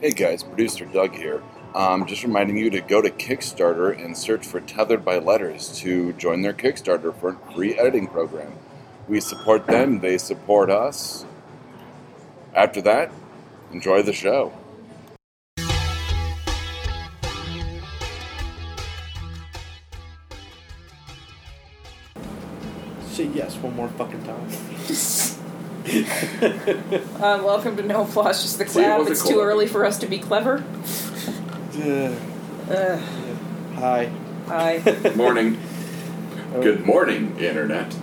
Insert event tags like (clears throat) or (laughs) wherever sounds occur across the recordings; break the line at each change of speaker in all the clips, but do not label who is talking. Hey guys, producer Doug here. Um, just reminding you to go to Kickstarter and search for Tethered by Letters to join their Kickstarter for a free editing program. We support them, they support us. After that, enjoy the show.
Say yes one more fucking
(laughs)
time.
Um, welcome to No Applause, just the
See, it
clap.
wasn't
it's
cool.
too early for us to be clever.
Ugh.
Uh,
Hi. (laughs)
I,
Morning. Good morning, Internet.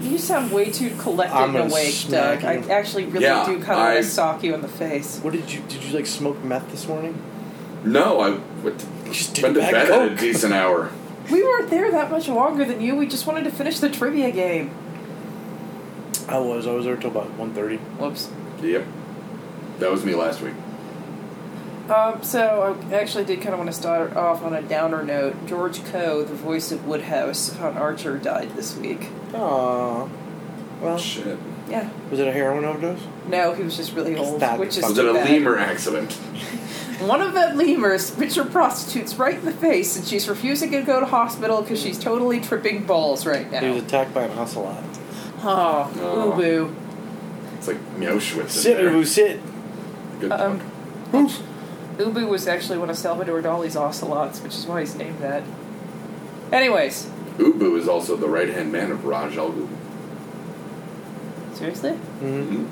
you sound way too collected
I'm
and
gonna
awake,
smack
Doug. I
you.
actually really
Yeah,
do kind of
I-
want to sock you in the face.
What did you did you like smoke meth this morning? (laughs)
No, I went to,
Just did went to bad bed at a coke.
decent hour.
We weren't there that much longer than you. We just wanted to finish the trivia game.
I was I was there till about 1.30.
Whoops.
Yep. That was me last week.
Um, so I actually did kind of want to start off on a downer note. George Coe, the voice of Woodhouse on Archer, died this week.
Aww. Well,
Shit.
Yeah.
was it a heroin overdose?
No, he was just really old,
Stop.
which is
Was
Was
too
it a
bad.
lemur accident?
One of the lemurs bit your prostitutes right in the face, and she's refusing to go to hospital because she's totally tripping balls right
He was
now.
attacked by an ocelot.
Oh,
Oh.
boo boo.
It's like Auschwitz.
Sit,
in there.
Ubu, sit.
Good
Um,
talk.
Oof.
Ubu was actually one of Salvador Dali's ocelots, which is why he's named that. Anyways,
Ubu is also the right hand man of Raj Al Ghul.
seriously?
Mhm.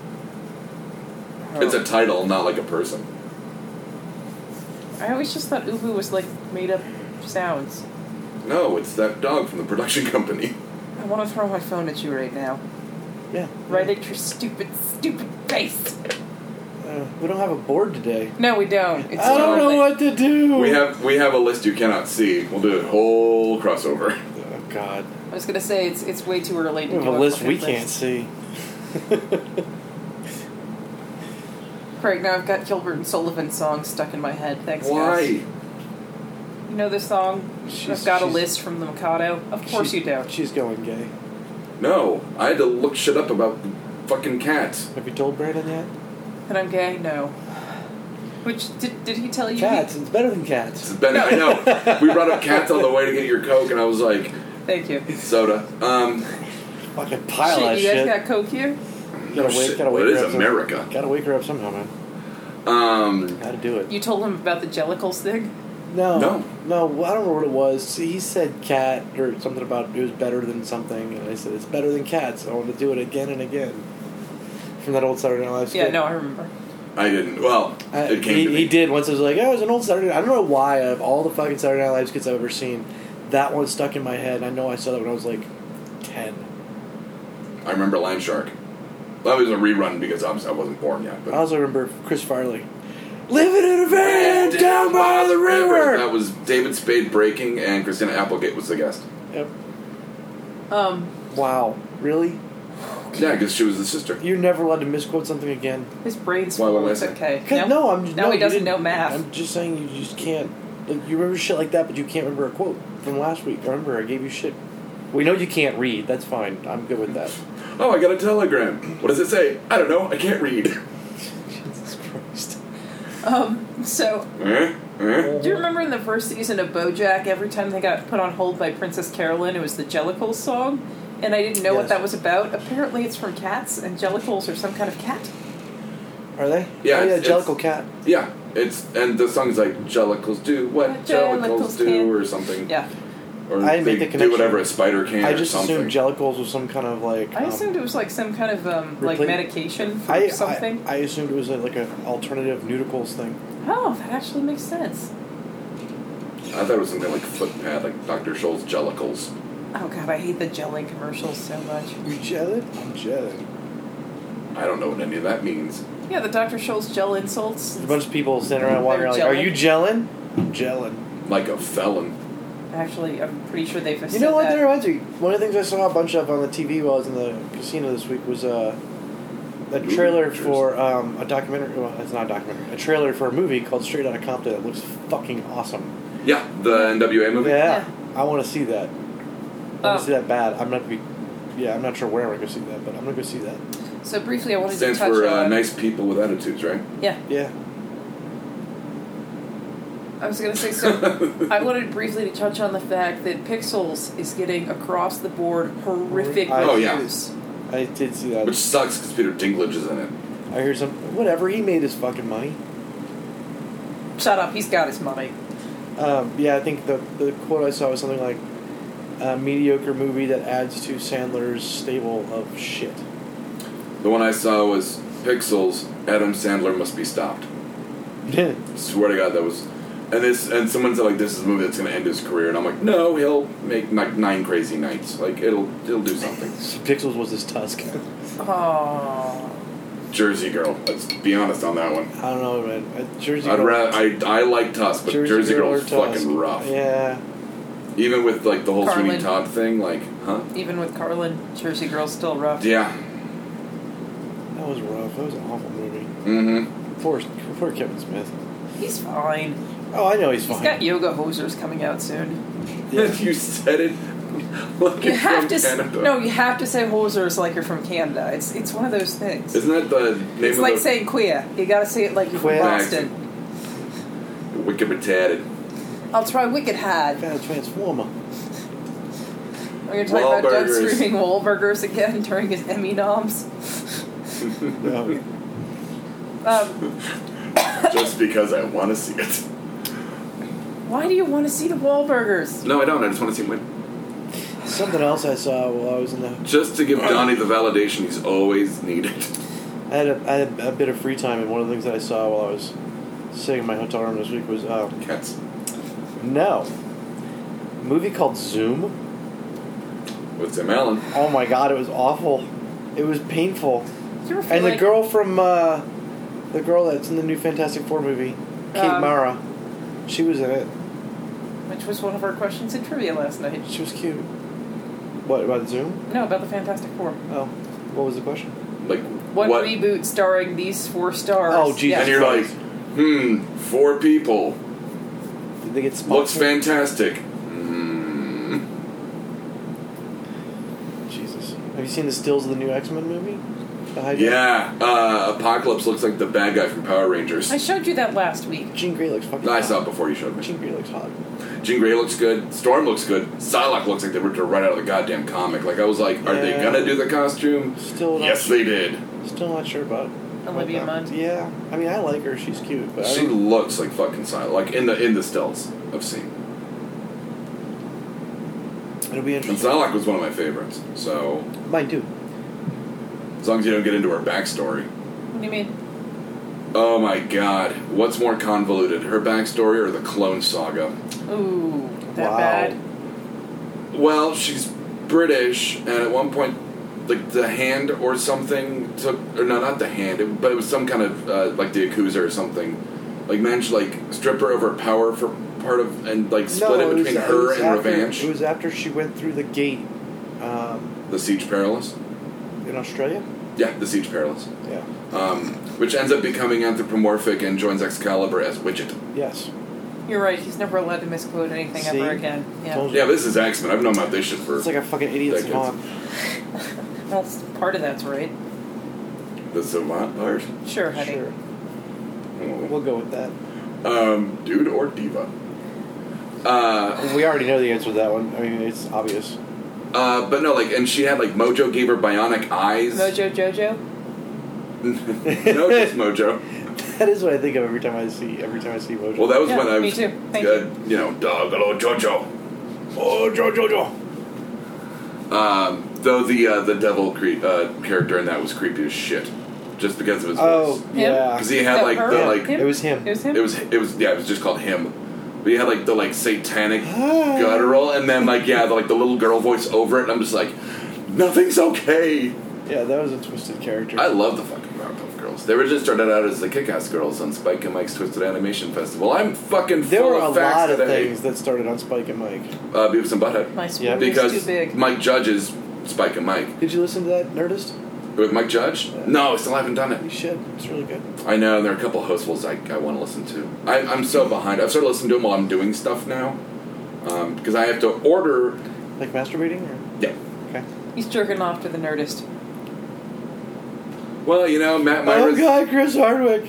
It's
Oh.
a title, not like a person.
I always just thought Ubu was like made up sounds.
No, it's that dog from the production (laughs) company.
I want to throw my phone at you right now.
Mm-hmm. Yeah.
Right at your stupid, stupid face.
Uh, we don't have a board today.
No, we don't. It's
I don't know
totally-
what to do.
We have we have a list you cannot see. We'll do a whole crossover.
Oh God.
I was gonna say it's it's way too early to
We have
do
a list we
fucking
can't see.
Craig, now I've got Gilbert and Sullivan songs stuck in my head. Thanks, guys.
Why?
You know this song?
She's-
I've got a
she's-
list from the Mikado. Of
(laughs)
course
She's-
you don't.
She's going gay.
No, I had to look shit up about fucking cats.
Have you told Brandon yet?
That I'm gay? No. Which, did, did he tell you?
Cats. It's better than
This
cats.
has been- I
(laughs)
know. We brought up cats on the way to get your coke, and I was like,
Thank you.
soda. Um,
Fucking pile
shit,
that
you
shit.
guys got coke here?
Gotta wake-
shit,
gotta
well,
wake
it
her
is
up some-
America.
Gotta wake her up somehow, man.
Um,
Gotta do it.
You told him about the Jellicles thing?
No,
No.
no. well, I don't remember what it was. See, He said cat or something about it was better than something, and I said it's better than cats. I want to do it again and again. From that old Saturday Night Live.
Yeah,
skit.
no, I remember.
I didn't. Well,
I,
it came
Uh, he,
to me.
he did once. I was like, oh, it was an old Saturday. I don't know why. Out of all the fucking Saturday Night Live skits I've ever seen, that one stuck in my head. I know I saw that when I was like ten.
I remember Land Shark. That was a rerun because obviously I wasn't born yet. But
I also remember Chris Farley. Living in a van down by the
That
river.
was David Spade breaking, and Christina Applegate was the guest.
Yep.
Um,
Wow, really?
Yeah, because she was the sister.
You're never allowed to misquote something again.
his brain's
Why, what
full.
was
It's
it?
okay.
Cause, no, I'm just,
now he
you
doesn't
didn't-
know math.
I'm just saying you just can't. Like, you remember shit like that, but you can't remember a quote from last week. Remember, I gave you shit. We know you can't read. That's fine. I'm good with that.
(laughs)
Oh, I got a telegram. What does it say? I don't know. I can't read.
(laughs) Jesus Christ.
Um, so,
Eh? Eh?
do you remember in the first season of BoJack, every time they got put on hold by Princess Carolyn, it was the Jellicles song? And I didn't know
Yes.
what that was about. Apparently, it's from cats, and Jellicles are some kind of cat.
Are they?
Yeah,
Oh, yeah,
it's-
Jellicle
it's-
Cat.
Yeah, it's and the song's like Jellicles do what
What
Jellicles
Jellicles
do
can.
or something.
Yeah.
Or
I
they
didn't make the
do
connection.
whatever a spider can.
I
or
just
something.
assumed Jellicles was some kind of like.
I
um,
assumed it was like some kind of um, like
Replace-
medication for
I,
something.
I, I assumed it was a, like an alternative nudicles thing.
oh, that actually makes sense.
I thought it was something like footpad, like Dr. Scholl's Jellicles.
Oh god, I hate the gelling commercials so much.
You gelling? I'm gelling.
I don't know what any of that means.
Yeah, the Dr. Scholl's gel insults.
There's a bunch of people standing around walking
They're
around like, are you gelling? I'm gelling.
Like a felon.
Actually, I'm pretty sure they've
You know what that reminds me? One of the things I saw a bunch of on the TV while I was in the casino this week was uh, a
Movie
trailer
pictures.
for um, a documentary. Well, it's not a documentary. A trailer for a movie called Straight Outta Compton that looks fucking awesome.
Yeah, the NWA movie.
Yeah,
Yeah.
I want to see that. I want
Um,
to see that bad. I'm not. Be, yeah, I'm not sure where I'm gonna go see that, but I'm gonna go see that.
So briefly, I wanted
Stands
to touch
for uh,
on
nice people with attitudes, right?
yeah,
Yeah,
I was going to
(laughs)
say so. I wanted briefly to touch on the fact that Pixels is getting across the board horrific
Oh,
yeah.
reviews.
I did see that.
Which sucks because Peter Dinklage is in it.
I heard some. Whatever. He made his fucking money.
Shut up! He's got his money.
Um, yeah, I think the the quote I saw was something like, "A mediocre movie that adds to Sandler's stable of (laughs) shit."
The one I saw was Pixels. Adam Sandler must be stopped. Swear to God, that was. And this and someone said like this is a movie that's going to end his career, and I'm like, no, he'll make like nine crazy nights. Like it'll it'll do something.
Pixels was his tusk.
Oh,
Jersey Girl. Let's be honest on that one.
(laughs) I don't know, man. Uh, Jersey
I'd
Girl.
ra- I I like Tusk, but Jersey, Girl,
or
is
Tusk.
fucking rough.
Yeah.
Even with like the whole Sweeney
Carlin.
Todd thing, like, huh?
even with Carlin, Jersey Girl's still rough.
Yeah.
That was rough. That was an awful movie.
Mm-hmm.
Poor, poor Kevin Smith.
He's fine.
Oh, I know he's
He's
fine.
got yoga hosers coming out soon.
Yeah.
If (laughs) you said it, like
You
it's
have
from
to s-
Canada.
no, you have to say hosers like you're from Canada. It's it's one of those things.
Isn't that the name
it's
of
like
the
saying queer. You got to say it like you're
Queer.
from Boston.
Wicked
(laughs)
Potato?
I'll try wicked hard.
Found a transformer.
Are you talking about Doug
Wahlburgers.
screaming Wahlburgers again (laughs) during his Emmy noms? (laughs)
No.
Um,
Just because I want to see it.
why do you want to see the Wahlburgers?
No, I don't. I just want to see him win.
(laughs) Something else I saw while I was in the.
Just to give Donnie the validation he's always needed.
I had a, I had a bit of free time, and one of the things that I saw while I was sitting in my hotel room this week was uh,
Cats.
no a movie called Zoom.
With Tim Allen.
Oh my god, it was awful. It was painful.
You were
And the
like-
girl from uh, the girl that's in the new Fantastic Four movie, Kate
Um,
Mara, she was in it.
which was one of our questions in trivia last night.
She was cute. What about Zoom?
No, about the Fantastic Four.
Oh, what was the question?
Like,
One
what?
reboot starring these four stars.
Oh, Jesus.
And
Yeah.
you're like, hmm, four people.
Did they get sponsored?
Looks fantastic. Mm.
Jesus. Have you seen the stills of the new X Men movie? The Hydra?
Yeah, uh, Apocalypse looks like the bad guy from Power Rangers.
I showed you that last week.
Jean Grey looks fucking.
No, I
hot.
saw it before you showed me.
Jean Grey looks hot.
Jean Grey looks good. Storm looks good. Psylocke looks like they ripped her right out of the goddamn comic. Like I was like, are they
Yeah.
gonna do the costume?
Still not.
Yes, they did.
Still not sure about.
Olivia
about that.
Munn.
Yeah, I mean, I like her. She's cute, but I
She
don't-
looks like fucking Psylocke. Like in the in the stills I've seen.
it'll be
And
interesting.
Psylocke was one of my favorites. So
Mine too.
as long as you don't get into her backstory.
What do you mean?
Oh my god, what's more convoluted, her backstory or the Clone Saga?
Ooh, that
Wow.
bad.
Well, she's British, and at one point, like the hand or something took, or no, not the hand, it, but it was some kind of uh, like the accuser or something. Like managed to, like strip her of her power for part of, and like split
no,
it between
was,
her
was
and
after,
Revenge,
It was after she went through the gate, um,
the Siege Perilous.
in Australia.
Yeah, the Siege Perilous,
Yeah.
um, which ends up becoming anthropomorphic and joins Excalibur as Widget.
Yes.
You're right. He's never allowed to misquote anything
See?
ever again. Yeah.
Told you.
Yeah, this is X Men. I've known about this shit for
It's like a fucking idiot's
Decades.
mom.
Well, s- part of that's right.
the savant part.
Sure, honey.
Sure. We'll go with that.
Um, dude or diva. Uh,
We already know the answer to that one. I mean, it's obvious. (laughs)
Uh, but no, like, and she had like Mojo gave her bionic eyes.
Mojo Jojo.
(laughs) no, just Mojo.
That is what I think of every time I see every time I see Mojo.
Well, that was
Yeah,
when I
me
was,
too. Thank
uh, you know, dog, hello, Jojo. Oh, Jojo, Jojo. Um, though the uh, the devil cre- uh, character in that was creepy as shit, just because of his
oh
voice.
yeah,
Because he had
That
like
her?
the
yeah.
like
Him?
it was him.
It was him.
it was it was yeah it was just called him, but he had like the like satanic
Ah.
guttural, and then like yeah the, like the little girl voice over it, and I'm just like, nothing's okay.
yeah, that was a twisted character.
I love the fucking Powerpuff Girls. They originally started out as the Kick-Ass Girls on Spike and Mike's Twisted Animation Festival. I'm fucking
there
full
were a
of facts
lot of
today.
things that started on Spike and Mike.
Uh, Beavis and Butthead.
My spoon
Yeah.
was
because
too big.
Mike judges Spike and Mike.
Did you listen to that Nerdist?
With Mike Judge? No, I still haven't done
You
it.
should. It's really good.
I know there are a couple of hostfuls I, I want to listen to. I, I'm so behind. I've started listening to them while I'm doing stuff now. Um, because I have to order.
Like masturbating. Or?
Yeah.
Okay.
He's jerking off to the Nerdist.
Well, you know, Matt Myra's,
Oh God, Chris Hardwick.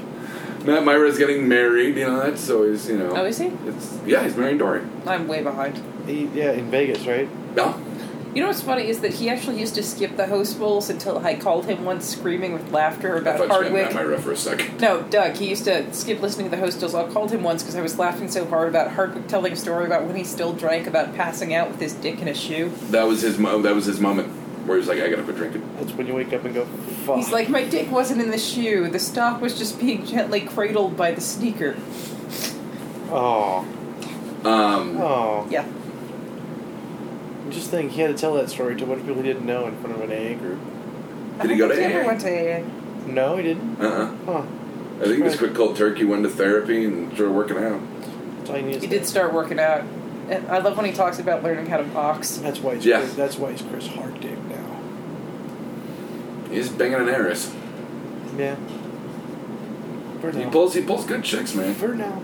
Matt Myra's getting married, you know, that's always, you know.
Oh, is he?
It's, yeah, he's marrying Dory.
I'm way behind.
He, yeah, in Vegas, right?
Yeah.
You know what's funny is that he actually used to skip the host bowls until I called him once screaming with laughter
I
about
thought you meant Matt
Hardwick.
Myra for a second.
No, Doug, he used to skip listening to the host bowls. I called him once because I was laughing so hard about Hardwick telling a story about when he still drank about passing out with his dick in a shoe.
That was his mo- that was his moment where he was like, I gotta quit drinking.
That's when you wake up and go, fuck.
He's like, my dick wasn't in the shoe. The stock was just being gently cradled by the sneaker.
oh,
Um,
oh.
Yeah.
Just think, he had to tell that story to a bunch of people he didn't know in front of an AA group.
Did he go to
He never
AA?
went to AA.
No, he didn't.
Uh-uh.
Huh.
I think he just quit cold turkey, went to therapy, and started working out.
That's all you need
He
to
did
know.
start working out. And I love when he talks about learning how to box.
That's why he's
Yeah.
Chris, that's why he's Chris Hartdick now.
He's banging an heiress.
Yeah. For
He
now.
pulls he pulls good chicks, man.
For now.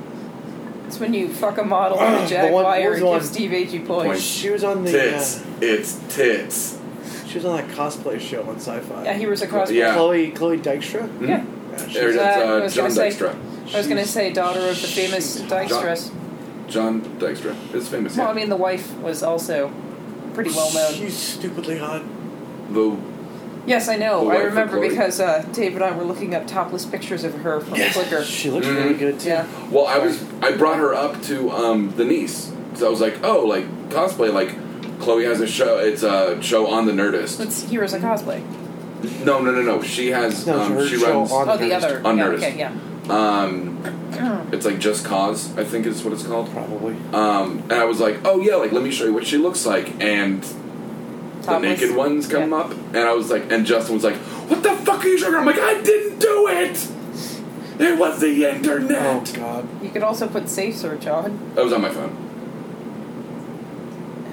It's when you fuck a model in a
The one- what
Jaguar
was
and
the one-
give Steve Agee points.
She was on the uh,
Tits. It's tits.
she was on that cosplay show on Sci-Fi.
Yeah, he was a crossbow.
Yeah.
Chloe Chloe Dykstra.
Hmm?
Yeah.
Yeah,
There it
she's,
is,
Uh, I
uh,
was
John
gonna say-
Dykstra.
I was going to
she's-
say daughter of the famous
she's hot.
Dykstra's.
John Dykstra is famous.
Well, I
Yeah.
mean, the wife was also pretty well known.
She's stupidly hot.
The
Yes, I
The
know.
wife
I
of
remember
Chloe.
because uh, Dave and I were looking up topless pictures of her from Flickr.
She looks really
Mhm.
good too.
Yeah.
well, I was I brought her up to um, the niece, so I was like, oh, like cosplay, like Chloe has a show. It's a show on the Nerdist.
It's Heroes of Cosplay.
No, no, no, no. She has
No,
um,
her
she
show
runs
on-
Oh, the
Nerdist.
other.
On
yeah,
Nerdist.
okay, yeah.
um, it's like Just Cause, I think is what it's called.
Probably.
Um, and I was like, oh yeah, like let me show you what she looks like, and the
Topless.
naked ones come
Yeah.
up, and I was like, and Justin was like, "What the fuck are you talking?" about? I'm like, "I didn't do it. It was the
Oh
internet."
god.
(clears throat) You could also put Safe Search on.
I was on my phone.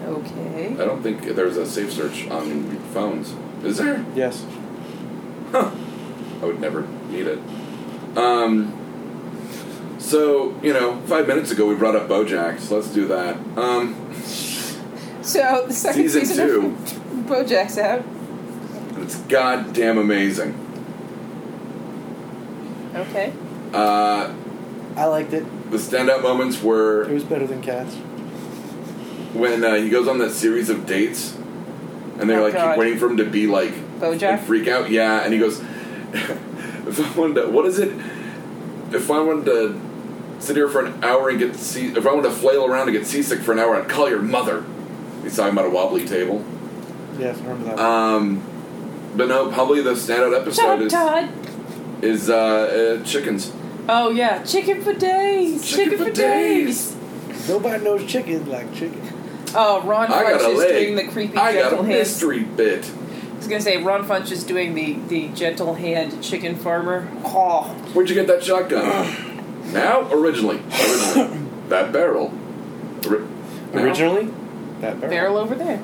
Okay.
I don't think there's a safe search on phones. Is there?
Yes.
Huh. I would never need it. Um. So you know, five minutes ago we brought up BoJack, so let's do that. Um,
So the second
Season
season,
two.
of (laughs) BoJack's out.
it's goddamn amazing.
Okay.
Uh,
I liked it.
the standout moments were
It was better than cats.
when uh, he goes on that series of dates, and they're
Oh,
like keep
God.
waiting for him to be like
Bojack?
and freak out. Yeah, and he goes, (laughs) "If I wanted to, what is it? If I wanted to sit here for an hour and get sea, if I wanted to flail around and get seasick for an hour, I'd call your mother." He's talking about a wobbly table.
Yes, I remember that.
Um, but no, probably the standout
Shut
episode
up,
is
Todd.
is uh, uh, chickens.
Oh yeah, chicken for days.
Chicken
Chicken,
for
for
days.
days.
Nobody knows chicken like chicken.
Oh, Ron
I got
Funch
a
is
leg.
doing the creepy
I got
gentle
a
hand.
mystery bit.
I was gonna say Ron Funch is doing the the gentle hand chicken farmer. Oh,
Where'd you get that
(clears throat)
shotgun? now? Originally. Originally. that barrel. Ori- now?
Originally, that barrel.
barrel over there.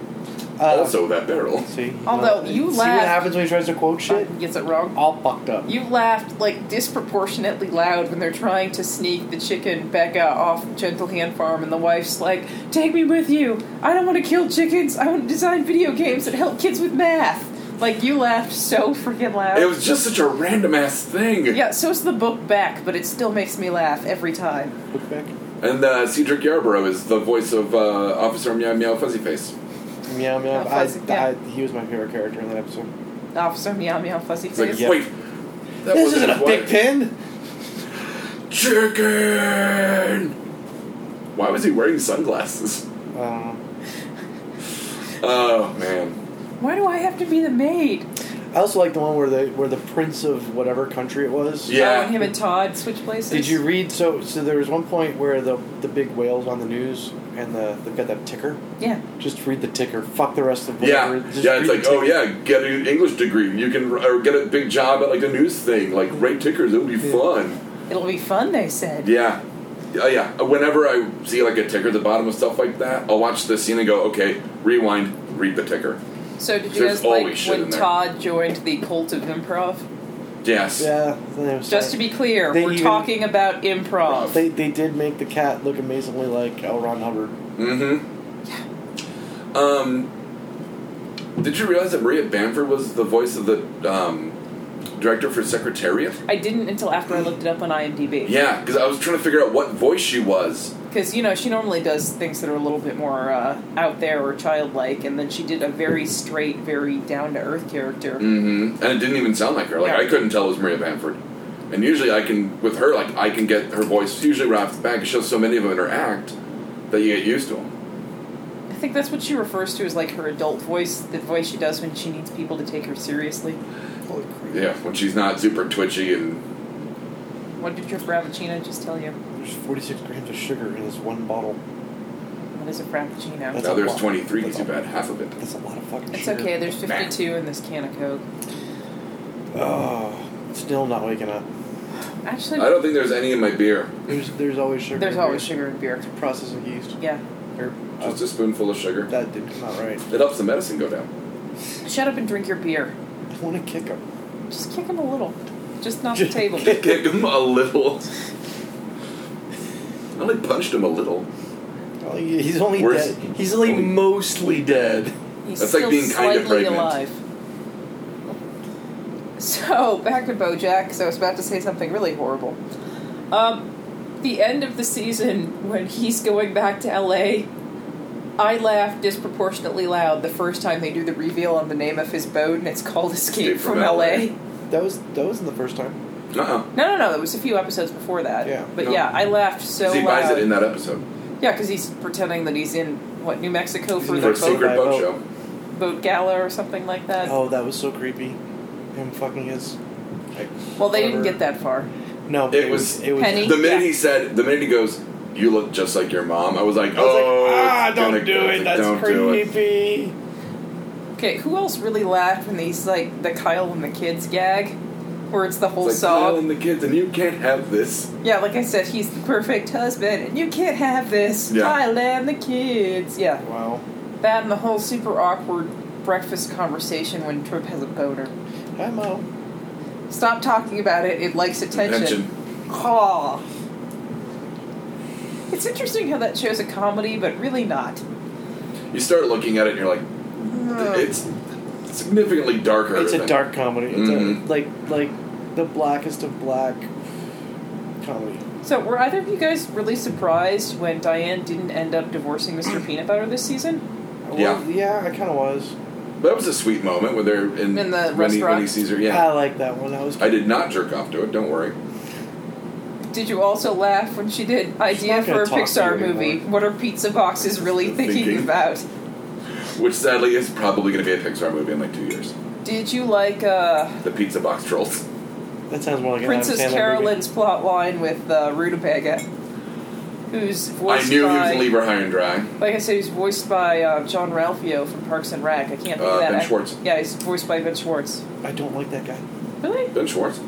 Uh,
also that barrel.
See. you
Although
know,
you
see what
laughed.
happens when he tries to quote shit.
Fucking Gets it wrong.
All fucked up.
You laughed like disproportionately loud when they're trying to sneak the chicken Becca off Gentle Hand Farm, and the wife's like, "Take me with you. I don't want to kill chickens. I want to design video games that help kids with math." Like you laughed so freaking loud.
It was just such a random ass thing.
yeah, so's the book back, but it still makes me laugh every time.
Look back.
And uh, Cedric Yarborough is the voice of uh, Officer Meow Meow Fuzzy Face.
Meow meow.
How
I,
fuzzy,
I,
yeah.
he was my favorite character in that episode.
Officer Meow Meow Fuzzy
It's like,
Face.
Yeah.
wait, that
this
wasn't
isn't a
his wife.
big pin.
Chicken! Why was he wearing sunglasses? (laughs)
Um,
Oh, man.
Why do I have to be the maid?
I also like the one where the where the prince of whatever country it was.
Yeah.
Oh, and him and Todd switch places.
Did you read? So so there was one point where the the big whale's on the news and the they've got that ticker.
Yeah.
Just read the ticker. Fuck the rest of
Yeah,
whatever. Just
yeah. It's
read
like,
the
oh
ticker.
yeah, get an English degree. You can or get a big job at like a news thing, like write tickers. It would be
Yeah.
fun.
It'll be fun, they said.
Yeah. Uh, yeah. Whenever I see like a ticker at the bottom of stuff like that, I'll watch the scene and go, okay, rewind, read the ticker.
So did you
There's
guys like
always shit in
when
there.
Todd joined the cult of improv?
Yes.
Yeah. then it was
Just to
like-
be clear,
They
we're
even-
talking about improv.
They, they did make the cat look amazingly like L. Ron Hubbard.
Mm-hmm. Yeah. Um. Did you realize that Maria Bamford was the voice of the um, director for Secretariat?
I didn't until after I looked it up on IMDb.
Yeah, because I was trying to figure out what voice she was.
Because, you know, she normally does things that are a little bit more uh, out there or childlike, and then she did a very straight, very down to earth character.
Mm-hmm. And it didn't even sound like her. Like I
Yeah.
couldn't tell it was Maria Bamford. And usually I can with her, like I can get her voice usually right off the bat. 'cause She has so many of them in her act that you get used to them.
I think that's what she refers to as like her adult voice, the voice she does when she needs people to take her seriously.
Holy crap.
Yeah, when she's not super twitchy and
What did your frappuccino just tell you?
There's 46 grams of sugar in this one bottle.
What is a frappuccino?
That's
now
a
there's
lot.
23.
That's
too
a-
bad, half of it.
That's a lot of fucking
It's
sugar.
okay, there's 52 in this can of Coke.
Oh, still not waking up.
Actually,
I don't think there's any in my beer.
There's there's always sugar.
there's
in
always
beer.
sugar in beer.
Process of yeast.
Yeah.
Or,
Just
oh,
a spoonful of sugar.
that didn't come out right.
It helps the medicine go down.
Shut up and drink your beer.
I want to kick him.
Just kick him a little. Just knock the table.
Kick him a little. (laughs) I only punched him a little.
Well, Oh, he- He's only
Where's-
dead. He's only
only-
mostly dead.
He's
That's like
still
being kinda
slightly
pregnant.
alive. So back to BoJack. Because I was about to say something really horrible. Um, the end of the season when he's going back to LA, I laughed disproportionately loud the first time they do the reveal on the name of his boat, and it's called Escape,
Escape from LA.
That was that wasn't the first time.
Uh-uh.
No, no, no. That was a few episodes before that.
Yeah.
But
No.
yeah, I laughed so uh,
'Cause he
loud.
buys it in that episode
yeah, because he's pretending that he's in what New Mexico
He's
for
in
for
the
a secret
boat.
boat show.
boat, boat gala or something like that.
Oh, that was so creepy. Him fucking his. like,
well, they didn't
whatever.
get that far.
No,
It
it was.
was
It was.
Penny.
The minute
Yeah.
he said, the minute he goes, "You look just like your mom," I was like,
I was like,
"Oh,
ah,
it's
don't
gonna-
do
I was
it.
like,
That's
don't do it."
creepy.
Okay, who else really laughed when he's like the Kyle and the kids gag, where it's the whole
It's like,
song?
telling the kids, and you can't have this.
Yeah, like I said, he's the perfect husband, and you can't have this.
Yeah.
Kyle and the kids. Yeah,
Wow.
that and the whole super awkward breakfast conversation when Trip has a boner.
Hi, Mo.
Stop talking about it. It likes attention.
Attention.
Aw. It's interesting how that show's a comedy, but really not.
You start looking at it, and you're like, "It's significantly darker."
It's a
than-
dark comedy. It's
Mhm.
a, like like the blackest of black comedy.
So, were either of you guys really surprised when Diane didn't end up divorcing
(clears throat)
Mr. Peanut Butter this season?
Yeah.
Well, yeah, I kind of was.
That was a sweet moment when they're in,
In the
when He, when he
restaurant.
sees her. Yeah,
I like that one. I was.
I did not jerk off to it. Don't worry.
Did you also laugh when she did idea
not
for
gonna
a
talk to
Pixar
you
movie?
anymore.
What are pizza boxes really thinking,
Thinking.
about?
Which sadly is probably going to be a Pixar movie in like two years.
Did you like uh,
The Pizza Box Trolls.
That sounds more like an Adam
Princess
Sandler movie.
Carolyn's plot line with uh, Rutabaga, who's voiced
I knew he was
by
going to leave her high and dry.
Like I said, he's voiced by uh, John Ralphio from Parks and Rec. I can't think
Uh,
of that.
Ben
act-
Schwartz.
Yeah, he's voiced by Ben Schwartz.
I don't like that guy.
Really?
Ben Schwartz.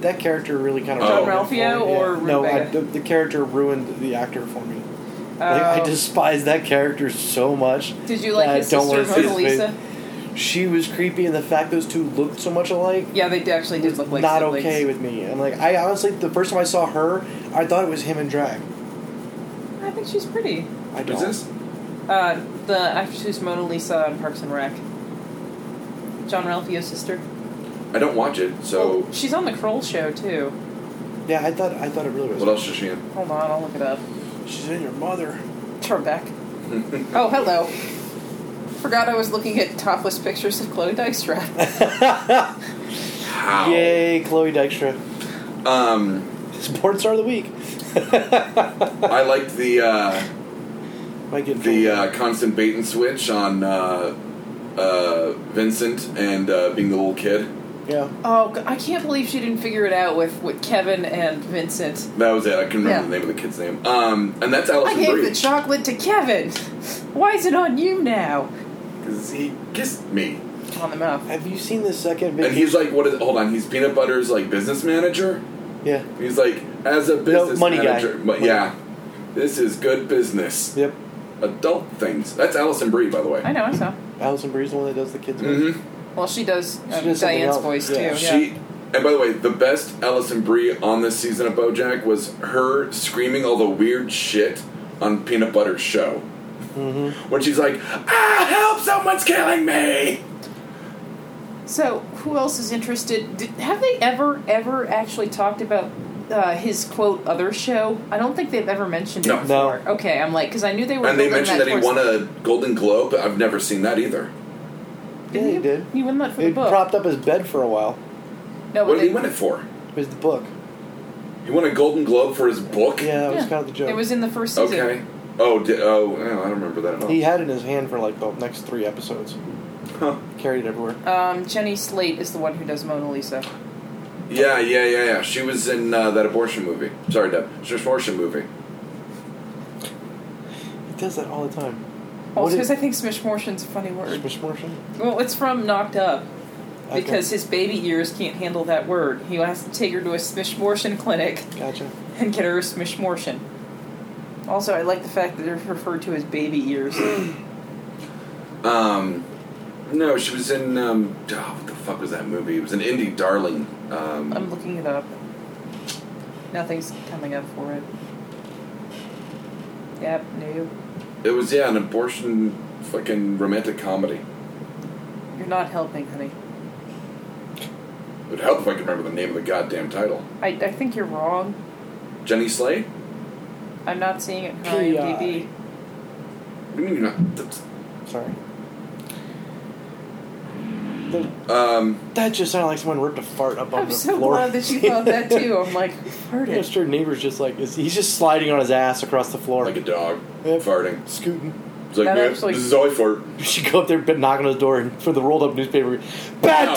That character really kind of
John
ruined it for me,
Ralphio
yeah.
or
no? I, the,
Rebecca?
the character ruined the actor for me.
Uh,
Like, I despise that character so much.
Did you like
I
his
don't
sister
wanna see
Mona
his face.
Lisa?
She was creepy, and the fact those two looked so much alike.
Yeah, they actually did look like
not
siblings.
okay with me. I'm like, I honestly, the first time I saw her, I thought it was him in drag.
I think she's pretty.
I don't.
Who's this?
Uh, the actress who's Mona Lisa on Parks and Rec. John Ralphio's sister.
I don't watch it, so
Well, she's on the Kroll show too.
Yeah, I thought I thought it really was.
what else is she in?
Hold on, I'll look it up.
She's in your mother.
Turn back. oh, hello. Forgot I was looking at topless pictures of Chloe Dykstra.
(laughs) How?
Yay, Chloe Dykstra,
Um,
sports star of the week. (laughs)
I liked the uh,
Might get
the uh, constant bait and switch on uh, uh, Vincent and uh, being the little kid.
yeah.
Oh, g- I can't believe she didn't figure it out with, with Kevin and Vincent.
That was it. I couldn't remember
Yeah.
the name of the kid's name. Um, and that's
I
Allison
gave the
Brie
chocolate to Kevin. Why is it on you now?
because he kissed me,
On the mouth.
Have you seen the second?
and he's like, "What is? Hold on, he's Peanut Butter's like business manager.
yeah.
He's like, as a business
money guy.
manager, but
Money.
yeah, this is good business.
Yep.
Adult things. That's Allison Brie, by the way.
I know, I saw.
Alison Brie's the one that does the kids. voice.
Mm-hmm.
Well, she does, um,
does something
Diane's
else,
voice
yeah.
too.
She and by the way, the best Allison Brie on this season of BoJack was her screaming all the weird shit on Peanut Butter's show.
Mm-hmm.
When she's like, "Ah, help! Someone's killing me!"
So, who else is interested? Did, have they ever, ever actually talked about uh, his quote other show? I don't think they've ever mentioned
No.
it
No.
before. Okay, I'm like because I knew they were.
And they
building
mentioned that, he
towards-
won a Golden Globe. I've never seen that either.
Yeah,
Didn't
he did.
He won that for the
It
book.
propped up his bed for a while.
no, but
What did
they,
he win it for?
It was the book.
He won a Golden Globe for his book.
Yeah, that was
Yeah.
kind of the joke.
It was in the first season.
Okay. Oh, di- oh, oh, I don't remember that at all.
he had it in his hand for like the next three episodes.
Huh.
Carried it everywhere.
Um, Jenny Slate is the one who does Mona Lisa.
Yeah, yeah, yeah, yeah. She was in uh, that abortion movie. Sorry, Deb. She was abortion movie.
He does that all the time.
Also,
is
because I think smishmortion's a funny word.
Smush Morrison?
Well, it's from Knocked Up
Okay.
because his baby ears can't handle that word. He has to take her to a smishmortion clinic (laughs)
Gotcha.
and get her a smishmortion. Also, I like the fact that they're referred to as baby
(clears throat)
ears.
Um, no, she was in. Um, oh, what the fuck was that movie? It was an indie darling. Um,
I'm looking it up. Nothing's coming up for it. Yep, no.
it was yeah, an abortion fucking romantic comedy.
You're not helping, honey.
It would help if I could remember the name of the goddamn title.
I, I think you're wrong.
Jenny Slate.
I'm not seeing it on
P.I..
IMDb.
What do you mean you're not? That's,
Sorry. The-
um,
that just sounded like someone ripped a fart up on
I'm
the
so
floor.
glad that you thought
(laughs)
that too. I'm like, heard
I'm
it.
sure neighbor's just like is- he's just sliding on his ass across the floor,
like a dog
Yep.
farting.
scooting. (laughs)
It's like
That
"Man,
actually-
this is how I fart.
You should go up there, but knock on his door, and for the rolled up newspaper, bad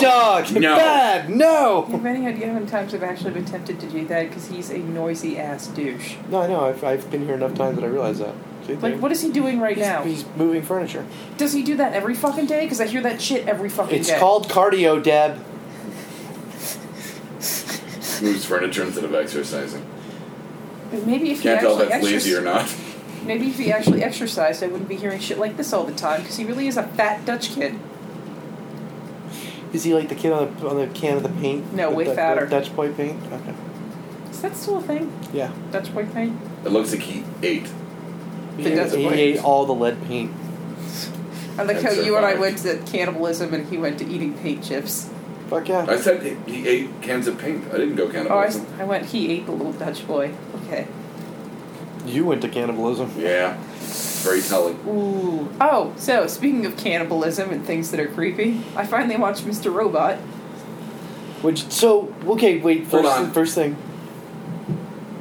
No.
dog,
No.
bad,
You (laughs) have
no.
any idea how many times I've actually been tempted to do that? Because he's a noisy ass douche.
No, I know. I've, I've been here enough times that I realize that. See,
Like, what is he doing right
he's,
now?
He's moving furniture.
Does he do that every fucking day? Because I hear that shit every fucking
It's
day.
called cardio, Deb.
Moves furniture instead of exercising.
Maybe if he
Can't tell
actually
if that's lazy or
exerc-
not.
Maybe if he actually exercised, I wouldn't be hearing shit like this all the time. Because he really is a fat Dutch kid.
Is he like the kid on the on the can of the paint?
No,
The-
way
the- the
fatter.
Dutch boy paint. Okay.
Is that still a thing?
Yeah.
Dutch boy thing?
It looks like he ate.
He,
The
ate-
Dutch
he
boy.
ate all the lead paint.
I like
And
how you and I
survived.
went to cannibalism and he went to eating paint chips.
Fuck yeah.
I said he- he ate cans of paint. I didn't go
Oh, I,
cannibalism.
I went, he ate the little Dutch boy. Okay.
You went to cannibalism.
yeah, very telling.
Ooh. Oh, so speaking of cannibalism and things that are creepy, I finally watched Mr. Robot.
Which so okay. Wait.
Hold
First,
on.
first thing.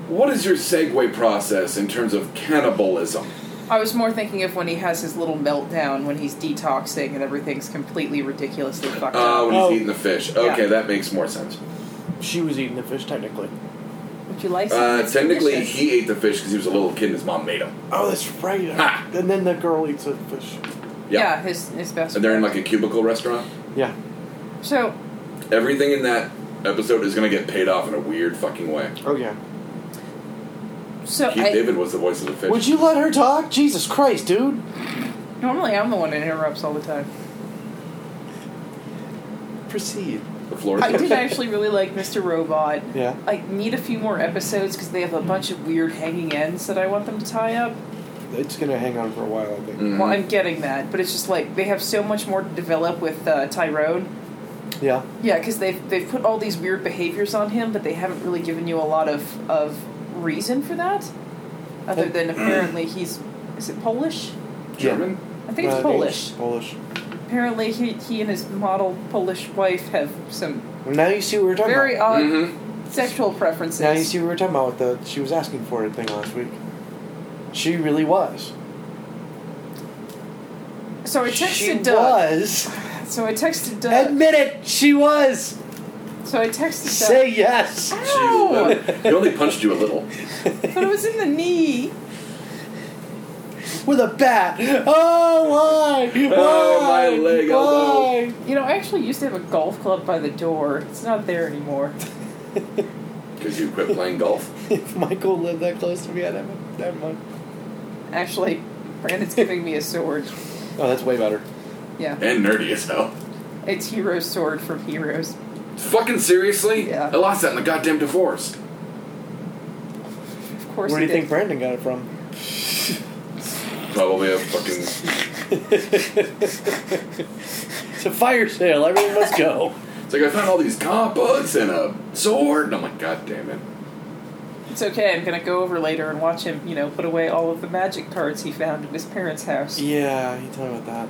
What is your segue process in terms of cannibalism?
I was more thinking of when he has his little meltdown when he's detoxing and everything's completely ridiculously fucked
Uh,
up.
when
Oh.
he's eating the fish. Okay,
Yeah.
that makes more sense.
She was eating the fish technically.
Would you like some?
Uh,
It's
technically,
delicious.
he ate the fish because he was a little kid and his mom made him.
Oh, that's right.
Ha!
And then the girl eats a fish.
Yeah.
yeah, his his best.
And they're in
friend.
like a cubicle restaurant.
Yeah.
so
Everything in that episode is going to get paid off in a weird fucking way.
Oh yeah.
so
Keith
I,
David was the voice of the fish.
Would you let her talk? Jesus Christ, dude.
normally I'm the one that interrupts all the time.
Proceed.
the floor is
I
yours.
did actually really like Mr. Robot.
Yeah.
I need a few more episodes because they have a bunch of weird hanging ends that I want them to tie up.
It's gonna hang on for a while, I think.
Mhm.
Well, I'm getting that, but it's just like they have so much more to develop with uh, Tyrone.
Yeah.
Yeah, because they've they've put all these weird behaviors on him, but they haven't really given you a lot of of reason for that, other than apparently he's is it Polish?
German?
I think it's
Uh,
Polish.
Polish.
Apparently, he he and his model Polish wife have some
Well, now you see what we were talking
very
about.
odd
Mm-hmm.
sexual preferences.
Now you see what we were talking about with the she was asking for it thing last week. She really was. Oh,
so I texted
she
Doug.
was.
So I texted Doug.
Admit it, she was.
so I texted Doug.
Say yes.
Ow!
uh, He only punched you a little.
but it was in the knee.
With a bat. Oh why? (laughs) Why?
Oh, my leg,
Why?
elbow.
You know, I actually used to have a golf club by the door. It's not there anymore.
Because you quit playing golf.
(laughs) If Michael lived that close to me, I'd have it that much.
Actually, Brandon's giving me a sword.
Oh, that's way better.
Yeah,
And nerdy as hell.
it's Hero's sword from Heroes.
Fucking seriously?
Yeah.
I lost that in the goddamn divorce.
Of course,
Where do you
he did.
think Brandon got it from?
Probably a fucking.
(laughs) It's a fire sale. Everyone must go.
It's like I found all these comic books and a sword, and I'm like, God damn it!
It's okay. I'm gonna go over later and watch him. You know, put away all of the magic cards he found in his parents' house.
Yeah, you tell me about that.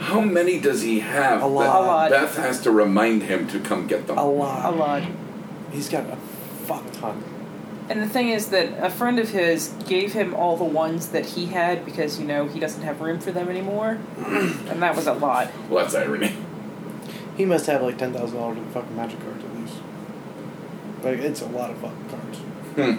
How many does he have?
A lot.
that
A
lot.
Beth has to remind him to come get them.
A lot.
A lot.
He's got a fuck ton.
And the thing is that a friend of his gave him all the ones that he had because you know he doesn't have room for them
(clears throat)
anymore, and that was a lot.
Well, that's irony.
He must have like ten thousand dollars in fucking magic cards at least. Like it's a lot of fucking cards.
Hmm.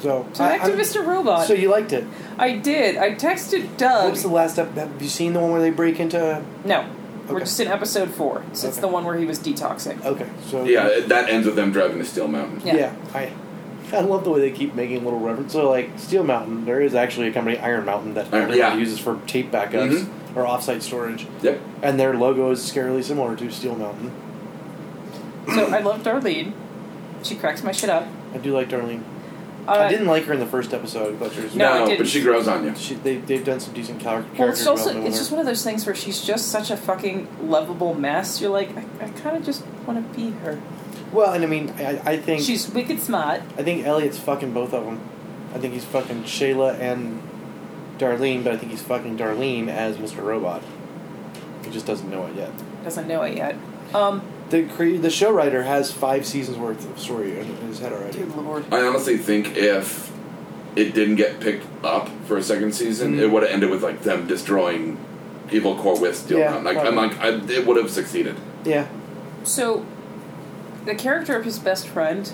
So,
So
I-
back to
I'm-
Mr. Robot.
So you liked it?
I did. I texted
What
Doug.
was the last step? Have you seen the one where they break into?
No, we're
Okay.
just in episode four. So
Okay.
It's
Oh.
the one where he was detoxing.
Okay, so
Yeah, it- that ends with them driving to Steel Mountain.
Yeah.
yeah. I I love the way they keep making little references. So like Steel Mountain, there is actually a company Iron Mountain that
Iron- yeah.
everybody uses for tape backups
Mhm.
or offsite storage,
Yep.
and their logo is scarily similar to Steel Mountain.
So I loved Darlene. She cracks my shit up.
I do like Darlene.
Uh,
I didn't like her in the first episode, but there's
No, I
but
didn't.
she grows on you.
She, they, they've done some decent char- character
Well, it's also
development
it's
with
just
her.
one of those things where she's just such a fucking lovable mess. You're like, I, I kind of just want to be her.
Well, and I mean, I, I think
She's wicked smart.
I think Elliot's fucking both of them. I think he's fucking Shayla and Darlene, but I think he's fucking Darlene as Mr. Robot. He just doesn't know it yet.
Doesn't know it yet. Um,
The cre- the show writer has five seasons worth of story in, in his head already.
good lord.
I honestly think if it didn't get picked up for a second season,
Mhm.
it would have ended with like them destroying Evil Core with Steel
Yeah,
Mountain. Like I'm
probably.
like I, it would have succeeded.
Yeah,
So, the character of his best friend,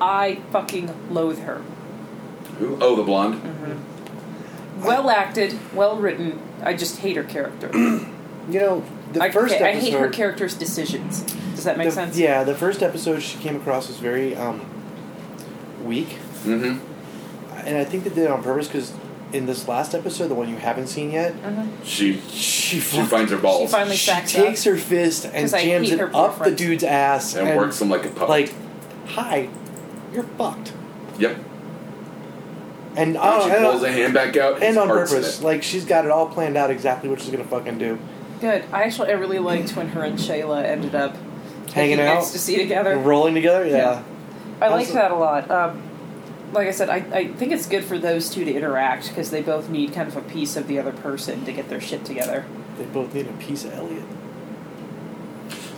I fucking loathe her.
Who? Oh, the blonde.
Mm-hmm.
Well acted, well written. I just hate her character.
you know (clears throat) the
I,
first
I
episode.
hate her character's decisions. Does that make
the-
sense?
Yeah, the first episode she came across as very um, weak,
Mm-hmm.
and I think they did it on purpose because in this last episode, the one you haven't seen yet,
Mm-hmm.
She
she
she
fucking
finds her balls
finally
she
sacks up.
takes her fist and
'Cause I
jams
hate
it
her
up the
boyfriend.
dude's ass
and works them like a puppet.
like, "Hi, you're fucked,"
yep.
and
And
oh,
she pulls
and,
a hand back out. his
and on
heart's in
purpose.
it.
Like she's got it all planned out exactly what she's gonna fucking do.
Good. I actually I really liked when her and Shayla ended up
Hanging
taking
out?
ecstasy together.
And rolling together, yeah.
Yeah. I liked
Also-
that a lot. Um, like I said, I, I think it's good for those two to interact because they both need kind of a piece of the other person to get their shit together.
They both need a piece of Elliot.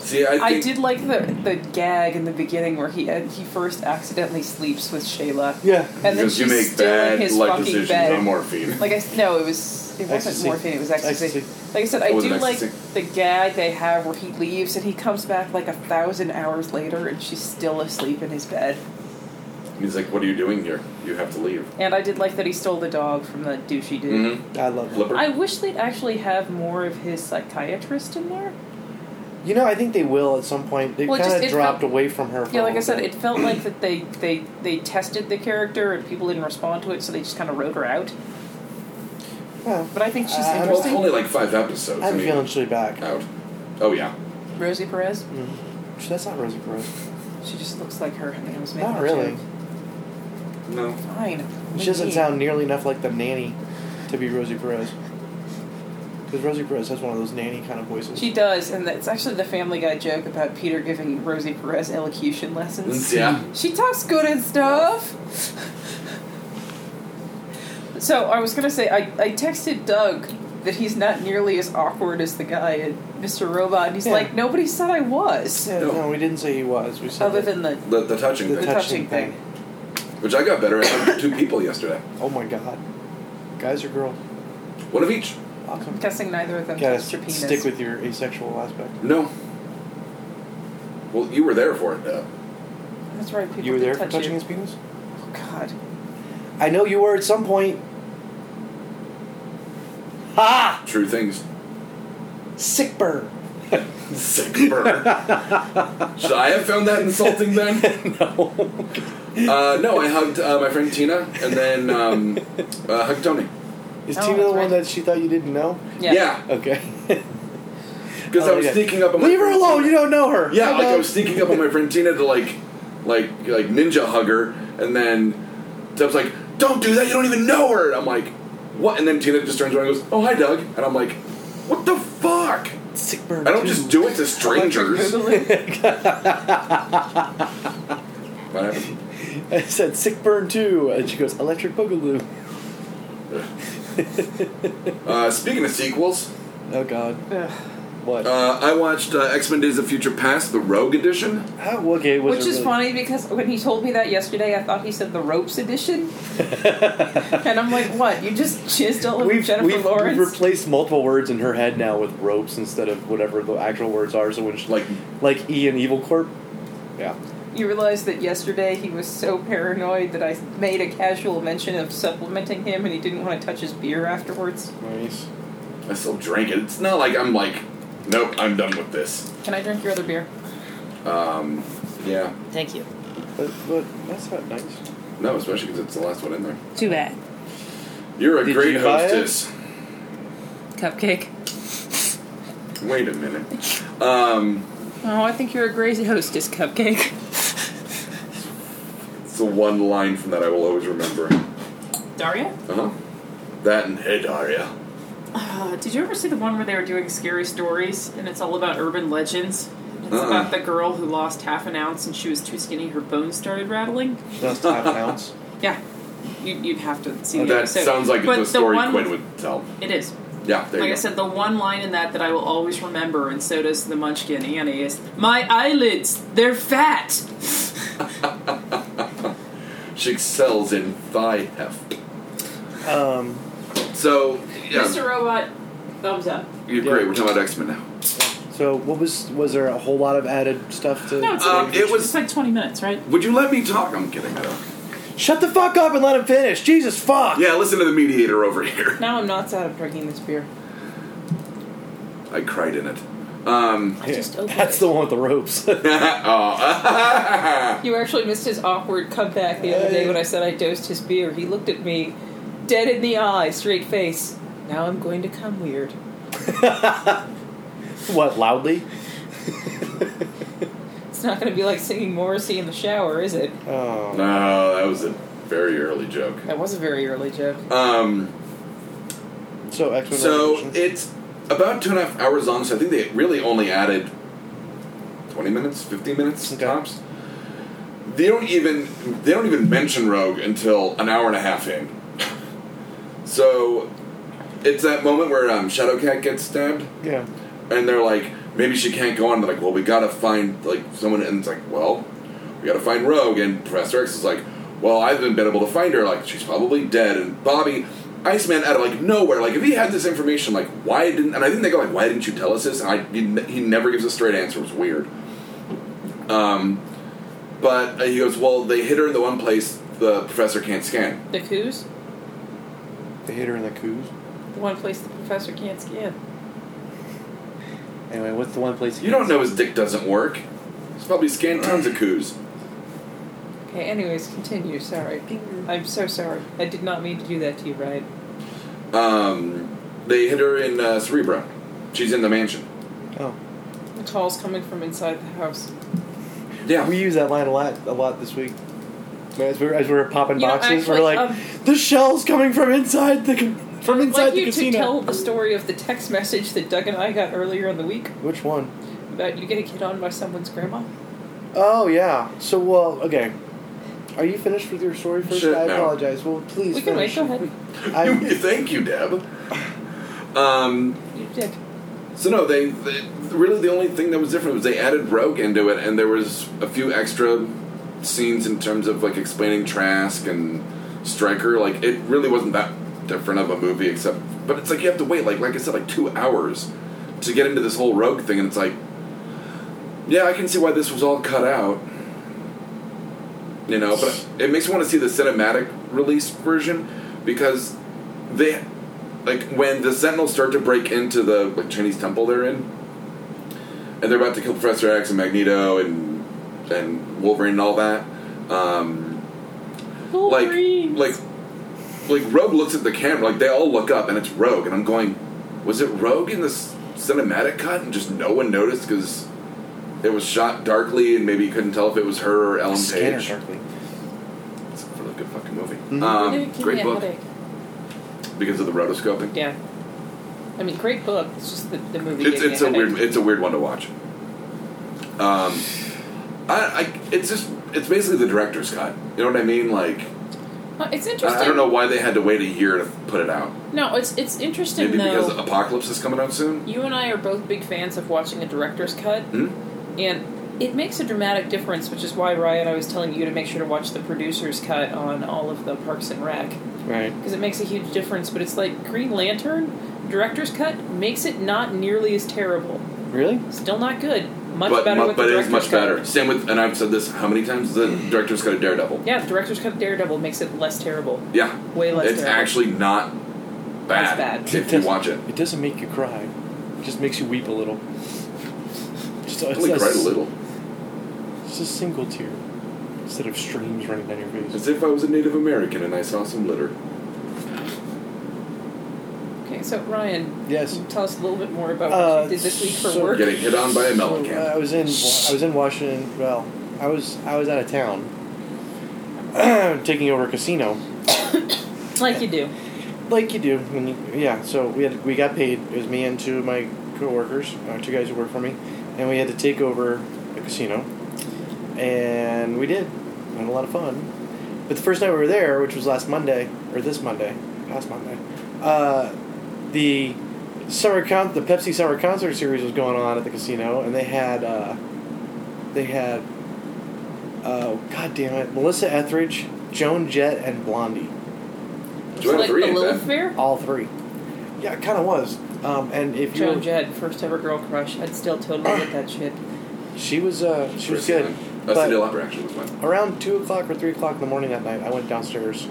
See, I, think,
I did like the the gag in the beginning where he uh, he first accidentally sleeps with Shayla,
Yeah,
and then
because
she's
you make
still in
bad
his
life
fucking
decisions
bed.
on morphine.
Like I s- no, it was it wasn't
Ecstasy.
morphine. It was ecstasy.
Ecstasy.
Like I said,
It
I
was
do
an
like
ecstasy.
the gag they have where he leaves and he comes back like a thousand hours later and she's still asleep in his bed.
He's like, "What are you doing here? You have to leave."
And I did like that he stole the dog from the douchey dude.
Mm-hmm.
I love that.
Flipper.
I wish they'd actually have more of his psychiatrist in there.
You know, I think they will at some point. They
Well, it
kind
just-
of
it
dropped
felt-
away from her. For a
Yeah, like I
little
said,
bit.
it felt like that they they they tested the character and people didn't respond to it, so they just kind of wrote her out.
Well,
But I think she's
Uh, well,
well, it's
interesting.
only like five episodes.
I have a
mean,
feeling she'll be back.
out. Oh yeah.
Rosie Perez,
Mm. That's not Rosie Perez.
she just looks like her. I think I was making
Not
a
really.
joke.
No.
Fine.
She doesn't
Maybe.
sound nearly enough like the nanny to be Rosie Perez. Because Rosie Perez has one of those nanny kind of voices.
She does, and it's actually the Family Guy joke about Peter giving Rosie Perez elocution lessons.
Mm, Yeah.
She talks good and stuff. so I was gonna say I, I texted Doug that he's not nearly as awkward as the guy in Mr. Robot, and he's
Yeah.
like, nobody said I was,
Yeah, no, we didn't say he was. We said
other
that
than the
The, the touching
the,
thing,
touch-
touching,
touching
thing.
thing.
which I got better at with two people yesterday.
Oh my god, guys or girls?
One of each.
Awesome.
I'm guessing neither of them
Gotta
touched your penis.
stick with your asexual aspect.
No. Well, you were there for it. though.
That's right. People
you were
did
there for
touch
touching
you.
his penis.
Oh, God.
I know you were at some point. Ha!
True things. (laughs)
Sick burn.
Sick burn. Should I have found that
(laughs)
insulting then?
no.
Uh, no, I hugged uh, my friend Tina and then um, uh, hugged Tony.
Is
Oh,
Tina the
that's
one
right.
that she thought you didn't know?
Yeah.
Okay.
Because
Oh,
I was
yeah.
sneaking up on my
Leave her
friend
alone.
Tina.
You don't know her.
Yeah, like I
Hello.
was sneaking up on my friend Tina to like, like, like ninja hug her, and then Deb's like, "Don't do that. You don't even know her." And I'm like, what? And then Tina just turns around and goes, oh, hi, Doug. And I'm like, what the fuck?
Sick burn.
I don't just do it to
(laughs)
strangers.
Googling.
What happened?
I said sick burn too, and she goes electric boogaloo.
Uh, speaking of sequels,
Oh God,
Ugh.
what?
uh, I watched uh, X Men Days of Future Past, the Rogue Edition.
How okay was
Which
it
is
really?
funny because when he told me that yesterday, I thought he said the
(laughs)
ropes edition, and I'm like, "What? You just jizzed all over
We've,
Jennifer
we've,
Lawrence?"
we've replaced multiple words in her head now with ropes instead of whatever the actual words are. So when she,
Like,
like E and Evil Corp, yeah,
You realize that yesterday he was so paranoid that I made a casual mention of supplementing him and he didn't want to touch his beer afterwards.
nice.
I still drank it. It's not like I'm like, nope, I'm done with this.
Can I drink your other beer?
Um, yeah.
Thank you.
But, but that's not nice.
No, especially because it's the last one in there.
Too bad.
You're a
Did
great
you buy it?
hostess.
Cupcake.
Wait a minute. Um,
Oh, I think you're a great hostess, Cupcake.
it's the one line from that I will always remember.
Daria?
Uh huh. That and Hey Daria.
Uh, did you ever see the one where they were doing scary stories and it's all about urban legends? It's
Uh-uh.
about the girl who lost half an ounce and she was too skinny, her bones started rattling.
That's half ounce.
Yeah, you, you'd have to see
Oh,
the
That
episode.
sounds like
but
the story
one,
Quinn would tell.
It is.
Yeah, there
like
you
I
go.
said, the one line in that that I will always remember, and so does the Munchkin Annie, is My eyelids, they're fat!
She excels in thigh heft.
Um,
So, yeah,
Mr. Robot, thumbs up.
you're
Yeah.
great. We're talking about X Men now.
so what was was there a whole lot of added stuff to?
No, it's,
Um,
like,
it was-
it's like 20 minutes, right?
Would you let me talk? I'm kidding. I don't.
Shut the fuck up and let him finish. Jesus fuck.
Yeah, listen to the mediator over here.
Now I'm not sad of drinking this beer.
I cried in it. Um, (laughs)
I just opened
That's
it.
the one with the ropes. (laughs)
oh, (laughs)
You actually missed his awkward comeback the other day when I said I dosed his beer. He looked at me dead in the eye, straight face. Now I'm going to come weird.
what loudly?
It's not going to be like singing Morrissey in the shower, is it?
Oh.
no, that was a very early joke.
That was a very early joke.
Um,
So X Men.
so it's about two and a half hours long. So I think they really only added twenty minutes, fifteen minutes
Okay.
tops. They don't even they don't even mention Rogue until an hour and a half in. (laughs) so it's that moment where um, Shadowcat gets stabbed.
yeah.
and they're like, maybe she can't go on. They're like, well, we gotta find like someone, and it's like, well, we gotta find Rogue. And Professor X is like, well, I haven't been able to find her. Like, she's probably dead. And Bobby, Iceman, out of like nowhere, like if he had this information, like why didn't? And I think they go like, why didn't you tell us this? And I, he, ne- he never gives a straight answer. It was weird. Um, but uh, he goes, well, they hit her in the one place the professor can't scan.
The coos?
They hit her in the coos.
The one place the professor can't scan.
Anyway, what's the one place
You don't know his dick doesn't work. He's probably scanned tons of coups.
Okay, anyways, continue. Sorry. I'm so sorry. I did not mean to do that to you, Ryan.
Um, they hit her in uh, Cerebro. She's in the mansion.
Oh.
The call's coming from inside the house.
Yeah.
Oh. We use that line a lot, a lot this week. As we were, as we were popping
You know,
boxes,
actually,
we're like,
um,
the shell's coming from inside the con- from
I'd
inside
like
the
you to
casino.
tell the story of the text message that Doug and I got earlier in the week
Which one?
about you getting hit on by someone's grandma.
Oh yeah. So well, okay. Are you finished with your story first?
Shit,
I
no.
apologize. Well, please.
we can wait.
finish.
Go
(laughs)
ahead.
I,
Thank (laughs) you, Deb. Um,
You did.
so no, they, they really the only thing that was different was they added Rogue into it, and there was a few extra scenes in terms of like explaining Trask and Stryker. Like it really wasn't that different of a movie, except but it's like you have to wait like like I said like two hours to get into this whole Rogue thing, and it's like yeah, I can see why this was all cut out. You know, but it makes me want to see the cinematic release version because they like when the Sentinels start to break into the like Chinese temple they're in, and they're about to kill Professor X and Magneto and and Wolverine and all that. Um, like like like Rogue looks at the camera, like they all look up and it's Rogue, and I'm going, was it Rogue in this cinematic cut and just no one noticed because it was shot darkly and maybe you couldn't tell if it was her or Ellen
Scanner
Page.
Darkly.
It's a really good fucking movie.
Mhm.
Um, great book. Um, because of the rotoscoping.
Yeah. I mean, great book. It's just the, the movie.
It's,
gave me
it's a
headache.
weird it's a weird one to watch. Um, I, I it's just it's basically the director's cut. You know what I mean? Like
Huh, It's
I,
interesting.
I don't know why they had to wait a year to put it out.
No, it's it's interesting
Maybe
though.
because Apocalypse is coming out soon.
you and I are both big fans of watching a director's cut,
Hmm?
and it makes a dramatic difference, which is why Ryan, I was telling you to make sure to watch the producer's cut on all of the Parks and Rec
Right.
because it makes a huge difference. But it's like Green Lantern director's cut makes it not nearly as terrible.
Really?
Still not good. Much
but
better
mu-
with
but
the
it
director's
is much
cut.
better. Same with and I've said this how many times the director's cut of Daredevil.
Yeah, the director's cut of Daredevil makes it less terrible.
Yeah,
Way less
it's
terrible.
actually not bad,
bad.
if you watch it.
It doesn't make you cry. It just makes you weep a little. Just, it's
Only
a,
cried a little.
It's a single tear instead of streams running down your face.
As if I was a Native American and I saw some litter.
Okay, so Ryan,
Yes.
tell us a little bit more about what
Uh,
you did this week for
so-
work.
Getting hit on by a melon
So, uh,
can.
I was in I was in Washington. Well, I was I was out of town, (clears throat) taking over a casino,
Like you do.
like you do when you yeah. So we had we got paid. It was me and two of my coworkers, uh, two guys who work for me, and we had to take over a casino, and we did. We had a lot of fun. But the first night we were there, which was last Monday or this Monday, last Monday, uh, the summer con- the Pepsi Summer Concert Series was going on at the casino, and they had uh, they had oh god damn it, Melissa Etheridge, Joan Jett, and Blondie,
Joanna
like
Three
the
ain't
Lilith
bad.
Fair?
all three. Yeah, it kind of was. Um, and if you,
Joan Jett, first ever girl crush. I'd still totally get that shit.
she was uh, she was
Chrissy
good.
Lynn. That's
But-
the Neil Opera actually was mine.
around two o'clock or three o'clock in the morning that night, I went downstairs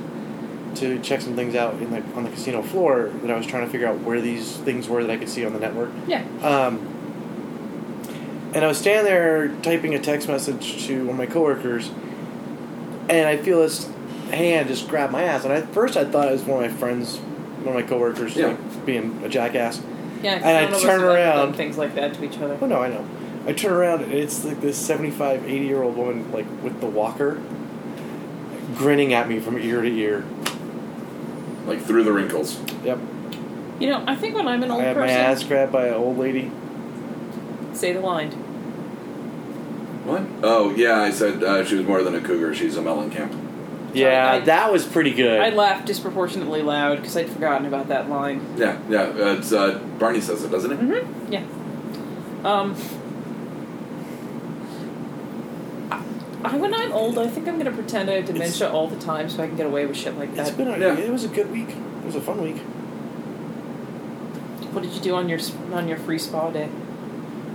to check some things out in the, on the casino floor that I was trying to figure out where these things were that I could see on the network.
Yeah.
Um, and I was standing there typing a text message to one of my coworkers, and I feel this hand just grab my ass. And at first, I thought it was one of my friends, one of my coworkers,
Yeah.
like, being a jackass.
Yeah, 'cause
And I
none of us
turn
have ever
around.
done things like that to each other.
Oh no, I know. I turn around and it's like this 75, 80 year old woman, like with the walker, grinning at me from ear to ear.
Like through the wrinkles.
Yep.
You know, I think when I'm an
I
old
had my
person,
ass grabbed by an old lady.
say the line.
What? Oh yeah, I said uh, she was more than a cougar. She's a melon camp.
Yeah,
I-
that was pretty good.
I laughed disproportionately loud because I'd forgotten about that line.
Yeah, yeah. uh, It's uh, Barney says it, doesn't it?
Mm-hmm. Yeah. Um. I- I, when I'm old, I think I'm going to pretend I have dementia all the time so I can get away with shit like
it's
that.
been a,
yeah.
it was a good week. It was a fun week.
What did you do on your s- on your free spa day?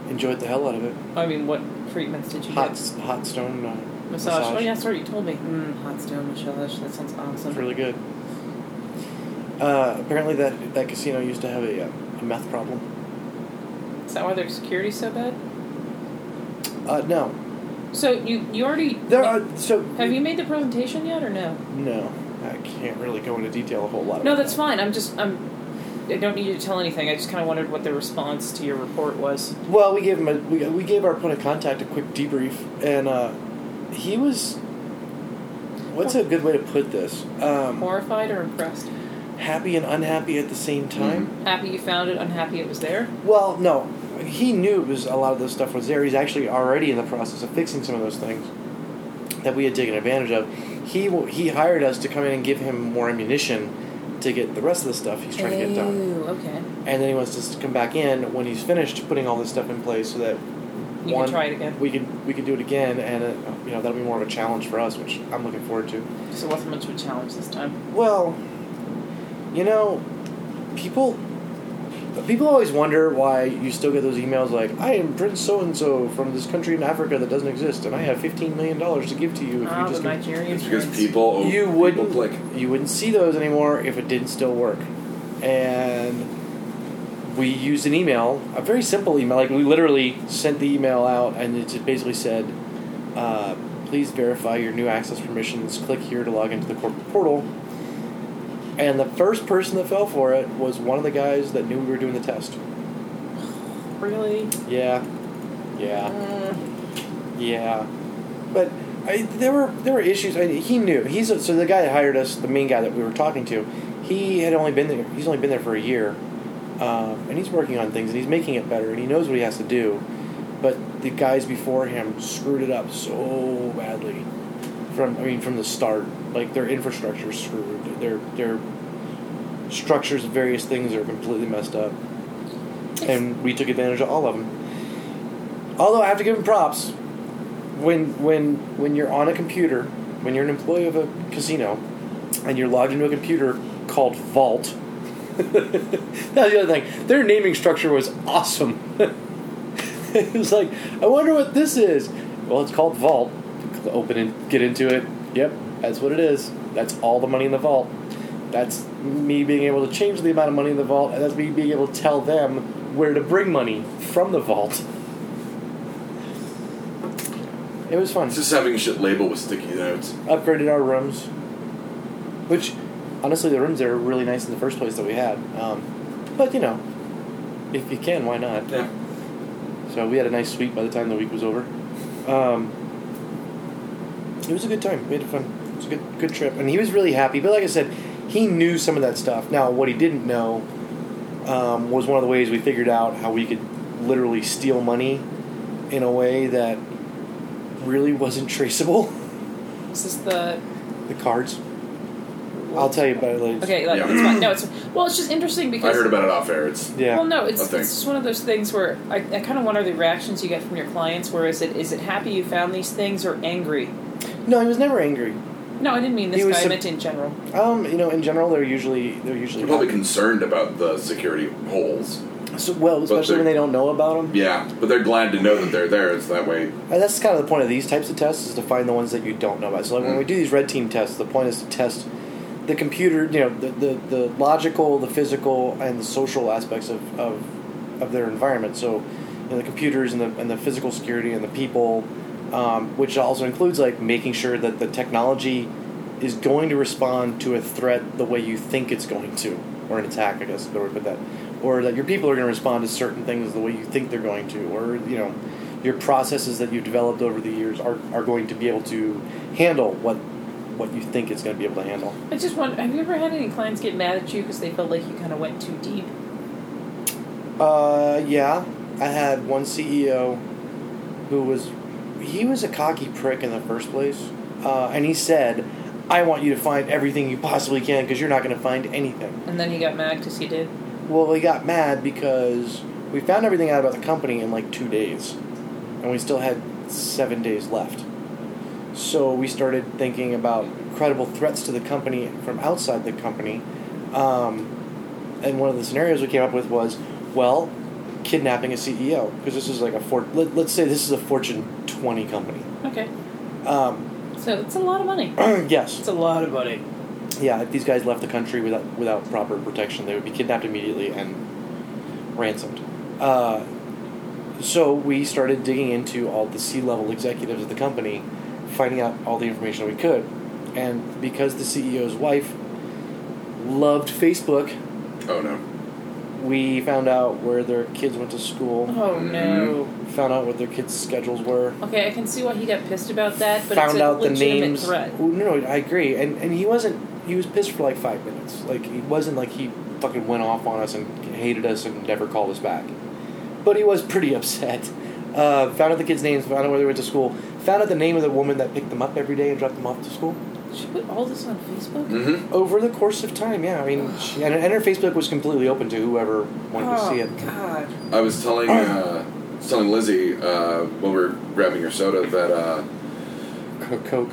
Enjoyed the hell out of it.
I mean, what treatments did you
Hot,
get?
hot stone uh,
Massage. Oh yeah, sorry, you told me. Mm, hot stone massage. That sounds awesome.
It's really good. Uh, apparently, that that casino used to have a, uh, a meth problem.
Is that why their security's so bad?
Uh, no,
So you you already
there are so
have you made the presentation yet or no?
No, I can't really go into detail a whole lot.
No,
about
that's
that.
fine. I'm just I'm I don't need you to tell anything. I just kind of wondered what the response to your report was.
Well, we gave him a we, we gave our point of contact a quick debrief, and uh, he was. What's a good way to put this? Um,
Horrified or impressed?
happy and unhappy at the same time.
Happy you found it. Unhappy it was there.
Well, no, he knew it was a lot of this stuff was there. He's actually already in the process of fixing some of those things that we had taken advantage of. He w- he hired us to come in and give him more ammunition to get the rest of the stuff he's trying to get done,
Ooh, okay.
and then he wants us to come back in when he's finished putting all this stuff in place so that
You
One-
can try it again.
we could we could do it again, and uh, you know that'll be more of a challenge for us, which I'm looking forward to.
So it wasn't much of a challenge this time.
Well, you know, people people always wonder why you still get those emails like I am Prince So and So from this country in Africa that doesn't exist, and I have 15 million dollars to give to you if
Ah,
you
the
just can-"
Nigerian
It's because
friends.
people. oh,
you
people
wouldn't
click.
you wouldn't see those anymore if it didn't still work, and. We used an email, a very simple email. Like we literally sent the email out, and it just basically said, uh, please verify your new access permissions. Click here to log into the corporate portal. And the first person that fell for it was one of the guys that knew we were doing the test.
really.
Yeah, yeah,
Mm.
yeah. But I, there were there were issues. I, he knew he's a, so the guy that hired us, the main guy that we were talking to, he had only been there. He's only been there for a year, um, and he's working on things and he's making it better and he knows what he has to do. But the guys before him screwed it up so badly. From I mean, from the start, like their infrastructure screwed. Their their structures, of various things are completely messed up,
Mm.
and we took advantage of all of them. Although I have to give him props, when when when you're on a computer, when you're an employee of a casino, and you're logged into a computer called Vault. (laughs) that was the other thing. Their naming structure was awesome. (laughs) it was like, I wonder what this is. Well, it's called Vault. Open and get into it. Yep, that's what it is. That's all the money in the vault. That's me being able to change the amount of money in the vault, and that's me being able to tell them where to bring money from the vault. It was fun
It's just having shit labeled with sticky notes.
upgraded our rooms, which honestly the rooms there were really nice in the first place that we had. Um, but you know, if you can, why not?
Yeah.
So we had a nice suite by the time the week was over. Um, it was a good time. We had fun. It was a good good trip, and he was really happy. But like I said, he knew some of that stuff. Now, what he didn't know um, was one of the ways we figured out how we could literally steal money in a way that really wasn't traceable. (laughs)
This is the.
The cards. I'll tell you about it later.
Okay, like,
Yeah.
it's fine. No, it's well. It's just interesting because
I heard about it off air. It's
Yeah.
Well, no, it's,
I
it's
think.
just one of those things where I, I kind of wonder the reactions you get from your clients. Where is it? Is it happy you found these things or angry?
No, he was never angry.
No, I didn't mean this
He was
guy. I
sup-
meant in general.
Um, you know, in general, they're usually they're usually
they're probably concerned about the security holes.
so, well, especially when
they're-
they don't know about them.
Yeah, but they're glad to know that they're there. It's that way.
And that's kind of the point of these types of tests is to find the ones that you don't know about. So like when we do these red team tests, the point is to test the computer, you know, the, the, the logical, the physical, and the social aspects of, of, of their environment. So you know, the computers and the, and the physical security and the people, um, which also includes like making sure that the technology is going to respond to a threat the way you think it's going to, or an attack, I guess, is the way to put that, or that your people are going to respond to certain things the way you think they're going to, or you know, your processes that you've developed over the years are, are going to be able to handle what what you think it's going to be able to handle.
I just want. Have you ever had any clients get mad at you because they felt like you kind of went too deep?
Uh, yeah, I had one CEO who was he was a cocky prick in the first place, uh, and he said, "I want you to find everything you possibly can because you're not going to find anything."
And then he got mad because he did.
Well, we got mad because we found everything out about the company in like two days, and we still had seven days left. So we started thinking about credible threats to the company from outside the company. Um, and one of the scenarios we came up with was, well, kidnapping a CEO because this is like a for- let, let's say this is a Fortune 20 company.
Okay,
Um, (clears throat)
so it's a lot of money.
yes,
It's a lot of money.
yeah, if these guys left the country without without proper protection, they would be kidnapped immediately and ransomed. Uh, so we started digging into all the C level executives of the company, finding out all the information we could. And because the CEO's wife loved Facebook,
Oh no.
we found out where their kids went to school,
Oh
Mm.
no.
found out what their kids' schedules were,
Okay, I can see why he got pissed about that, but
found
it's a
out the
legitimate
names.
threat.
Well, no, no, I agree. And and he wasn't. He was pissed for like five minutes. Like he wasn't like he fucking went off on us and hated us and never called us back. But he was pretty (laughs) upset. Uh, found out the kids' names. Found out where they went to school. Found out the name of the woman that picked them up every day and dropped them off to school.
She put all this on Facebook.
Mm-hmm.
Over the course of time, yeah. I mean, she, and, and her Facebook was completely open to whoever wanted to see it.
Oh, God.
I was telling uh, I was telling Lizzie uh, when we were grabbing your soda that uh,
Co- Coke.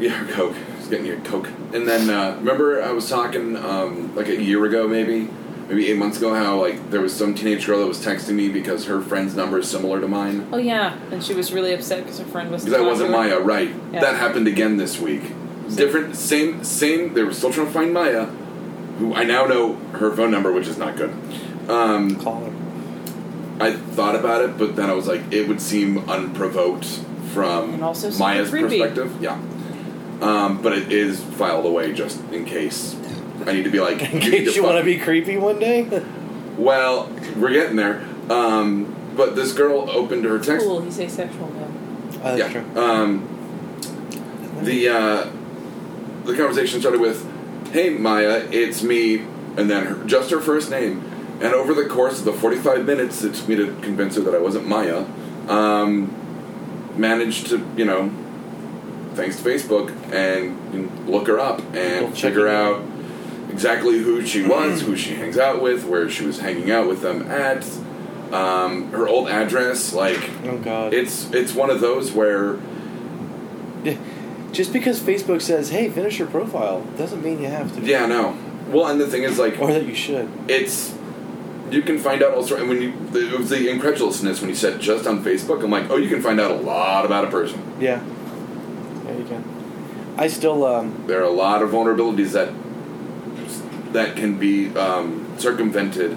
yeah, Coke. Just getting your Coke. And then uh, remember I was talking um, like a year ago, maybe maybe eight months ago, how like there was some teenage girl that was texting me because her friend's number is similar to mine
Oh yeah, and she was really upset because her friend was.
because that wasn't uh,
talking to
Maya.
her.
Right.
Yeah.
That happened again this week. Different, same, same. They were still trying to find Maya, who I now know her phone number, which is not good. Um,
Call her.
I thought about it, but then I was like, it would seem unprovoked from
And also super
Maya's
creepy.
perspective. Yeah. Um, but it is filed away just in case. I need to be like,
(laughs) (laughs) In case you want to be creepy one day. (laughs) Uh,
Well, we're getting there. Um, but this girl opened her text.
Cool. He's asexual now.
Uh,
yeah.
Sure.
Um, the uh, the conversation started with, "Hey Maya, it's me," and then her, just her first name. And over the course of the forty-five minutes it took me to convince her that I wasn't Maya, um, managed to you know, thanks to Facebook, and you know, look her up and
Well, check
figure
it out.
out exactly who
(clears throat)
she was, who she hangs out with, where she was hanging out with them at, um, her old address. Like
Oh God!
it's it's one of those where
Just because Facebook says, "Hey, finish your profile," doesn't mean you have to.
yeah no. Well, and the thing is like
Or that you should.
it's you can find out all sorts. And when you the, it was the incredulousness when you said just on Facebook, I'm like, oh, you can find out a lot about a person.
Yeah. Yeah, you can. I still um.
There are a lot of vulnerabilities that that can be um, circumvented.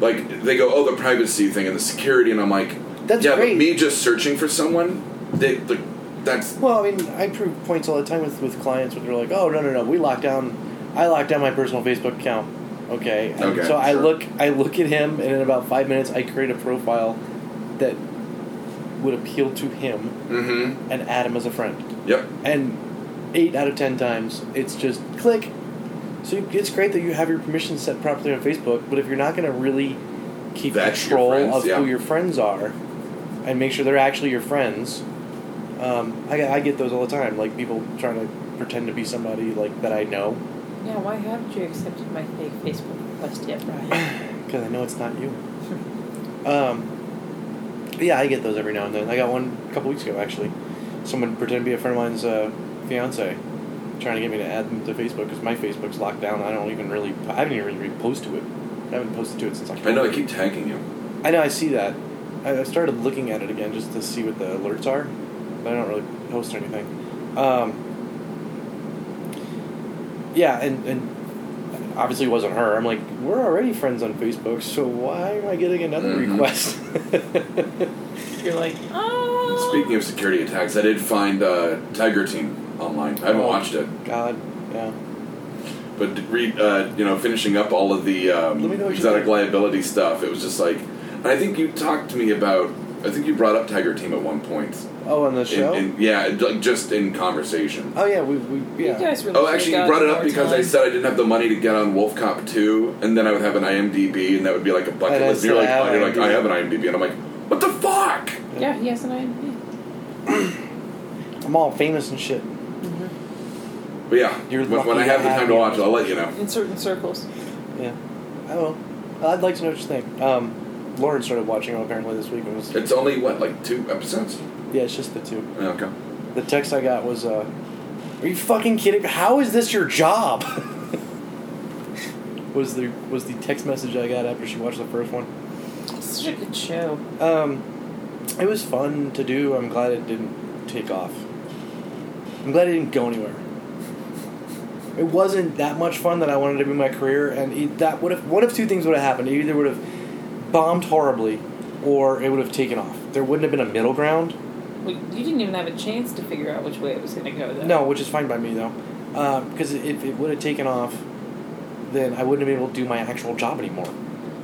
Like they go, oh, the privacy thing and the security, and I'm like,
That's
yeah,
great.
but me just searching for someone, they, they, that's
Well, I mean, I prove points all the time with, with clients where they're like, "Oh no, no, no, we locked down, I locked down my personal Facebook account." Okay. And
Okay,
So I
sure.
look, I look at him, and in about five minutes, I create a profile that would appeal to him
mm-hmm.
and add him as a friend.
Yep.
And eight out of ten times, it's just click. So you- it's great that you have your permissions set properly on Facebook, but if you're not going to really keep
Vet your
control
friends,
of
yeah.
who your friends are and make sure they're actually your friends, um, I, get- I get those all the time. Like people trying to pretend to be somebody like that I know
Now, why haven't you accepted my fake Facebook request yet,
(laughs)
Brian?
because I know it's not you. Um, but yeah, I get those every now and then. I got one a couple weeks ago actually. Someone pretended to be a friend of mine's uh, fiance, trying to get me to add them to Facebook because my Facebook's locked down. I don't even really, I haven't even really posted to it. I haven't posted to it since October.
I know I keep tagging you.
I know. I see that. I I started looking at it again just to see what the alerts are, but I don't really post anything. Um, yeah, and and obviously it wasn't her. I'm like, we're already friends on Facebook, so why am I getting another
Mhm.
request? (laughs)
You're like, oh.
Speaking of security attacks, I did find uh, Tiger Team online. I haven't
Oh.
watched it,
God, yeah.
but read uh, you know finishing up all of the um,
Let me know what you
exotic
think.
liability stuff. It was just like, and I think you talked to me about. I think you brought up Tiger Team at one point.
Oh, on the
In-
show.
in- yeah, like just in conversation.
oh yeah, we we
You
yeah.
guys really
Oh,
should've
actually, you
gotten
brought it up
more
because I
time.
said I didn't have the money to get on Wolf Cop 2, and then I would have an IMDb, and that would be like a bucket
And I
list. And you're like,
said I
oh,
have
you're like, I
IMDb.
have an IMDb, and I'm like, what the fuck?
Yeah, he has an IMD.
I'm all famous and shit. Mm-hmm.
But yeah,
You're
when, when
lucky
I
to
have the
have
time to
you.
watch it, I'll let you know.
In certain circles.
Yeah. I will. I'd like to know what you think. Um, Lauren started watching it apparently this week and was
It's only what like two episodes.
yeah, it's just the two.
Yeah, Okay.
The text I got was, uh, "Are you fucking kidding? How is this your job?" (laughs) was the was the text message I got after she watched the first one.
It's such a good show.
Um, it was fun to do. I'm glad it didn't take off. I'm glad it didn't go anywhere. It wasn't that much fun that I wanted to be my career, and it, that would have. What if two things would have happened? It either would have bombed horribly, or it would have taken off. There wouldn't have been a middle ground.
Well, you didn't even have a chance to figure out which way it was going to go, though.
No, which is fine by me though, because if it would have taken off, then I wouldn't have been able to do my actual job anymore.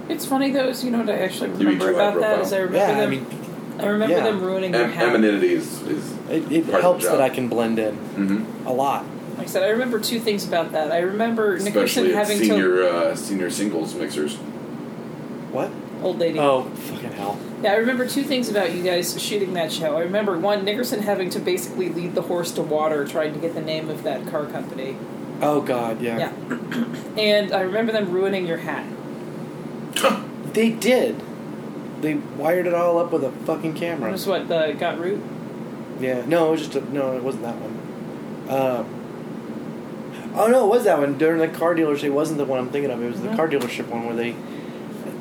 It's funny, though, is you know what I actually
mean
remember
July
about that
Profile?
is I remember
Yeah,
them,
I mean,
I remember
yeah.
them ruining your
Em-
hat.
Amenity is. is
it,
Part
it
of the
helps that
job.
I can blend in
mm-hmm.
a lot.
Like I said, I remember two things about that. I remember
Especially
Nickerson
at
having
senior uh, senior singles mixers.
What?
to old lady.
Oh, fucking hell!
Yeah, I remember two things about you guys shooting that show. I remember one, Nickerson having to basically lead the horse to water, trying to get the name of that car company.
Oh God, yeah.
Yeah, and I remember them ruining your hat.
They did. They wired it all up with a fucking
That
camera.
was what the got root.
Yeah. No, it was just a, no. It wasn't that one. Um, oh no, it was that one during the car dealership. It wasn't the one I'm thinking of. It was the
Mhm.
car dealership one where they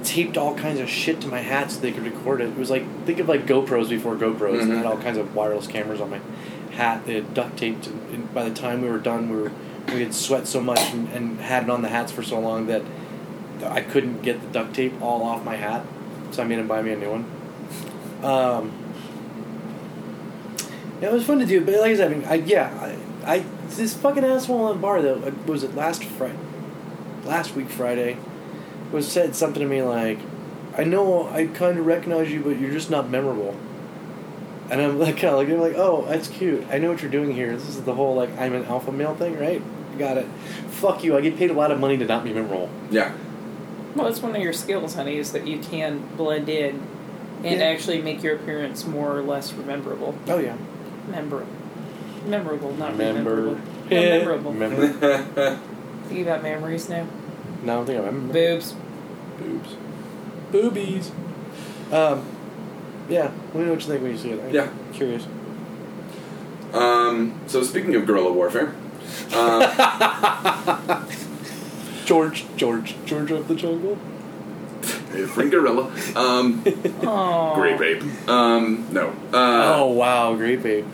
taped all kinds of shit to my hat so they could record it. It was like think of like GoPros before GoPros,
Mhm.
and I had all kinds of wireless cameras on my hat. They had duct taped. And, and by the time we were done, we were we had sweat so much and, and had it on the hats for so long that I couldn't get the duct tape all off my hat. So I made him buy me a new one. Um, yeah, it was fun to do, but like I said, I mean, I, yeah, I, I this fucking asshole in the bar though uh, was it last Friday, last week Friday, was said something to me like, "I know I kind of recognize you, but you're just not memorable." And I'm (laughs) like, kind of like, I'm like, oh, that's cute. I know what you're doing here. This is the whole like I'm an alpha male thing, right? Got it. Fuck you. I get paid a lot of money to not be role.
Yeah.
Well, that's one of your skills, honey, is that you can blend in and
Yeah.
actually make your appearance more or less rememberable.
Oh yeah.
Memorable. Memorable, not
Member.
rememberable.
(laughs)
No,
Eh.
memorable.
Remember?
Thinking about memories now.
No, I don't think I remember.
Boobs.
(laughs) Boobs.
Boobies. Um, yeah. Let me know what you think when you see it. I'm
Yeah.
Curious.
Um, so speaking of guerrilla warfare,
(laughs)
uh,
George, George, George of the jungle.
free gorilla. Um,
Aww.
great rape. Um, no. Uh,
oh wow, great babe.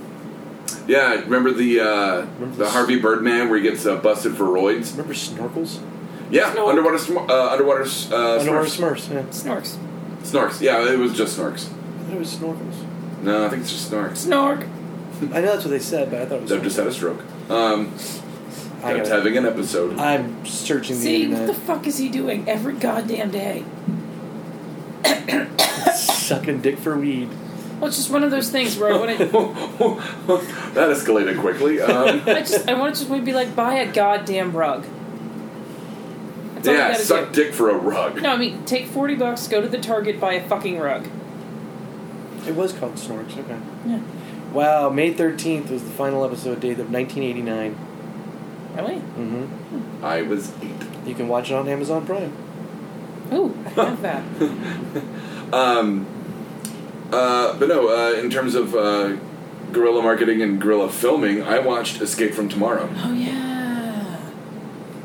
Yeah, remember the uh,
Oh. Remember
the
this-
Harvey Birdman where he gets uh, busted for roids?
Remember snorkels?
Yeah,
Snork.
underwater sm- uh, underwater s- uh,
Underwater
snorks.
Smurfs. Yeah.
Snorks.
Snorks. Yeah, it was just snorks.
I thought it was snorkels.
No, I think it's just snorks.
Snork.
I know that's what they said, but I thought it was.
They've just had a stroke. Um,
I
Deb's
gotta-
having an episode.
I'm searching the
See, what
internet,
the fuck is he doing every goddamn day?
(laughs) sucking dick for weed.
Well, it's just one of those things where I
(laughs)
want to.
that escalated quickly.
(laughs)
Um,
I just, I want to just wanna be like, buy a goddamn rug. That's all you
yeah,
gotta
suck
do.
dick for a rug.
No, I mean, take 40 bucks, go to the Target, buy a fucking rug.
It was called Snorks. Okay.
Yeah.
Wow, May 13th was the final episode date of 1989.
Really?
Mm-hmm.
I was eight.
You can watch it on Amazon Prime.
Ooh,
(laughs)
I have that.
Um, uh, but no, uh, in terms of uh, guerrilla marketing and guerrilla filming, I watched Escape from Tomorrow,
Oh, yeah.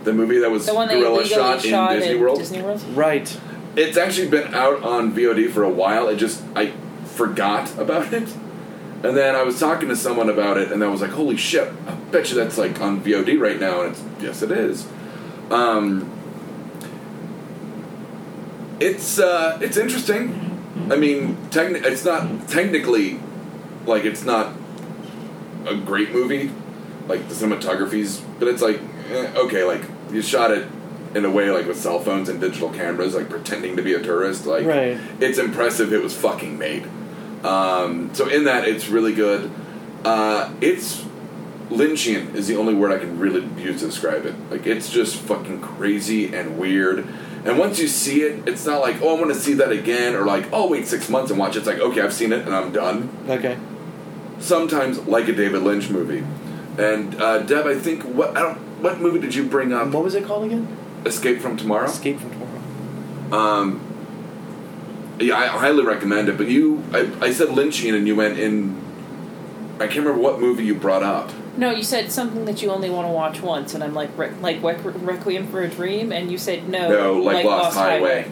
the movie that was
The one they
guerrilla
illegally
shot, in Disney World.
Disney World?
Right.
It's actually been out on VOD for a while. It just I forgot about it, and then I was talking to someone about it, and I was like, "Holy shit! I bet you that's like on VOD right now." And it's yes, it is. Um, it's uh, it's interesting. I mean, techni- it's not technically like it's not a great movie. Like the cinematography's, but it's like eh, okay, like you shot it in a way like with cell phones and digital cameras, like pretending to be a tourist. Like
Right.
it's impressive. It was fucking made. Um, so in that, it's really good. Uh, it's Lynchian is the only word I can really use to describe it. Like it's just fucking crazy and weird. And once you see it, it's not like oh I want to see that again or like oh wait six months and watch. It's like okay I've seen it and I'm done
Okay.
sometimes like a David Lynch movie. And uh, Deb, I think what I don't, what movie did you bring up?
Um, what was it called again?
Escape from Tomorrow.
Escape from Tomorrow.
Um, yeah, I highly recommend it. But you, I, I said Lynchian, and you went in. I can't remember what movie you brought up.
No, you said something that you only want to watch once, and I'm like, re- like Requ- Requiem for a Dream, and you said no.
No, Oh, like, Lost, Highway.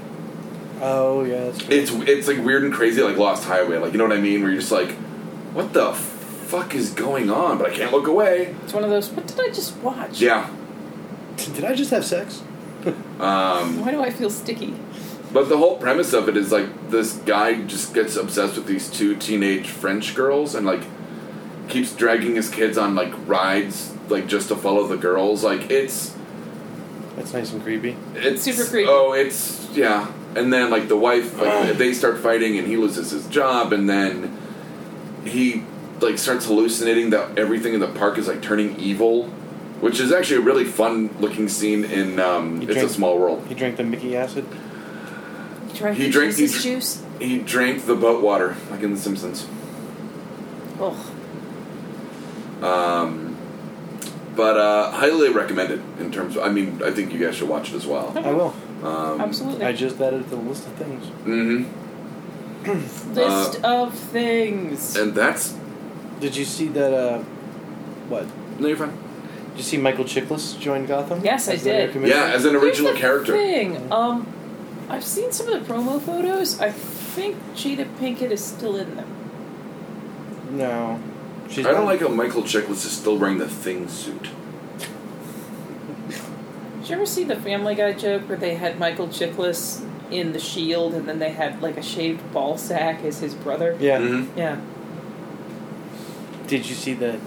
Oh yeah. That's true.
It's it's like weird and crazy, like Lost Highway. Like you know what I mean? Where you're just like, what the fuck is going on? But I can't look away.
It's one of those, what did I just watch?
Yeah.
(laughs) Did I just have sex?
Um,
Why do I feel sticky?
But the whole premise of it is like this guy just gets obsessed with these two teenage French girls and like keeps dragging his kids on like rides like just to follow the girls. Like it's
That's nice and creepy.
it's
Super creepy.
Oh, it's yeah. And then like the wife like they start fighting and he loses his job and then he like starts hallucinating that everything in the park is like turning evil, which is actually a really fun looking scene in um,
He
It's a
drank-
Small World.
He drank the Mickey
(laughs)
acid.
You drank
He
the
drank- he dr-
Jesus juice?
He drank the boat water like in The Simpsons.
Ugh.
Um, but uh, highly recommended in terms of. I mean, I think you guys should watch it as well.
I will.
Um,
Absolutely.
I just added it to the list of things.
hmm
List of things.
Um, And that's
Did you see that? Uh, what?
no, you're fine.
Did you see Michael Chiklis join Gotham?
Yes, I
As the
did.
Commissioner?
Yeah, as an original
Here's the
character.
Thing. Um, I've seen some of the promo photos. I think Jada Pinkett is still in them.
No. She's
I don't
not-
like how Michael Chiklis is still wearing the thing suit.
Did you ever see the Family Guy joke where they had Michael Chiklis in the Shield and then they had like a shaved ball sack as his brother?
Yeah.
Mhm.
Yeah.
Mm-hmm.
Did you see that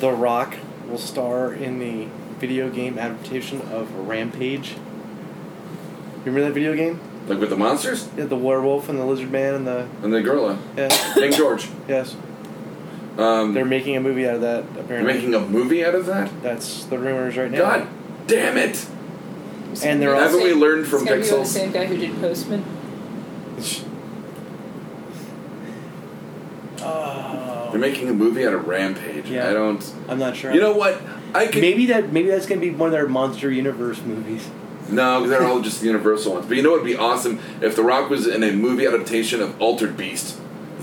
The Rock will star in the video game adaptation of Rampage? Remember that video game?
Like with the monsters
Yeah, the werewolf and the lizard man and the
and the gorilla
yeah,
King George.
yes.
Um,
They're
they're
making a movie out of that apparently.
making a movie out of that.
That's the rumors right now. (sighs)
God damn it!
And they're
Haven't we learned from
it's gonna be
Pixels?
the same guy who did Postman.
They're making a movie out of Rampage.
Yeah.
I don't.
I'm not sure.
You know what? I could
maybe that maybe that's gonna be one of their monster universe movies.
No, 'cause they're all just Universal ones. But you know what would be awesome? If The Rock was in a movie adaptation of Altered Beast,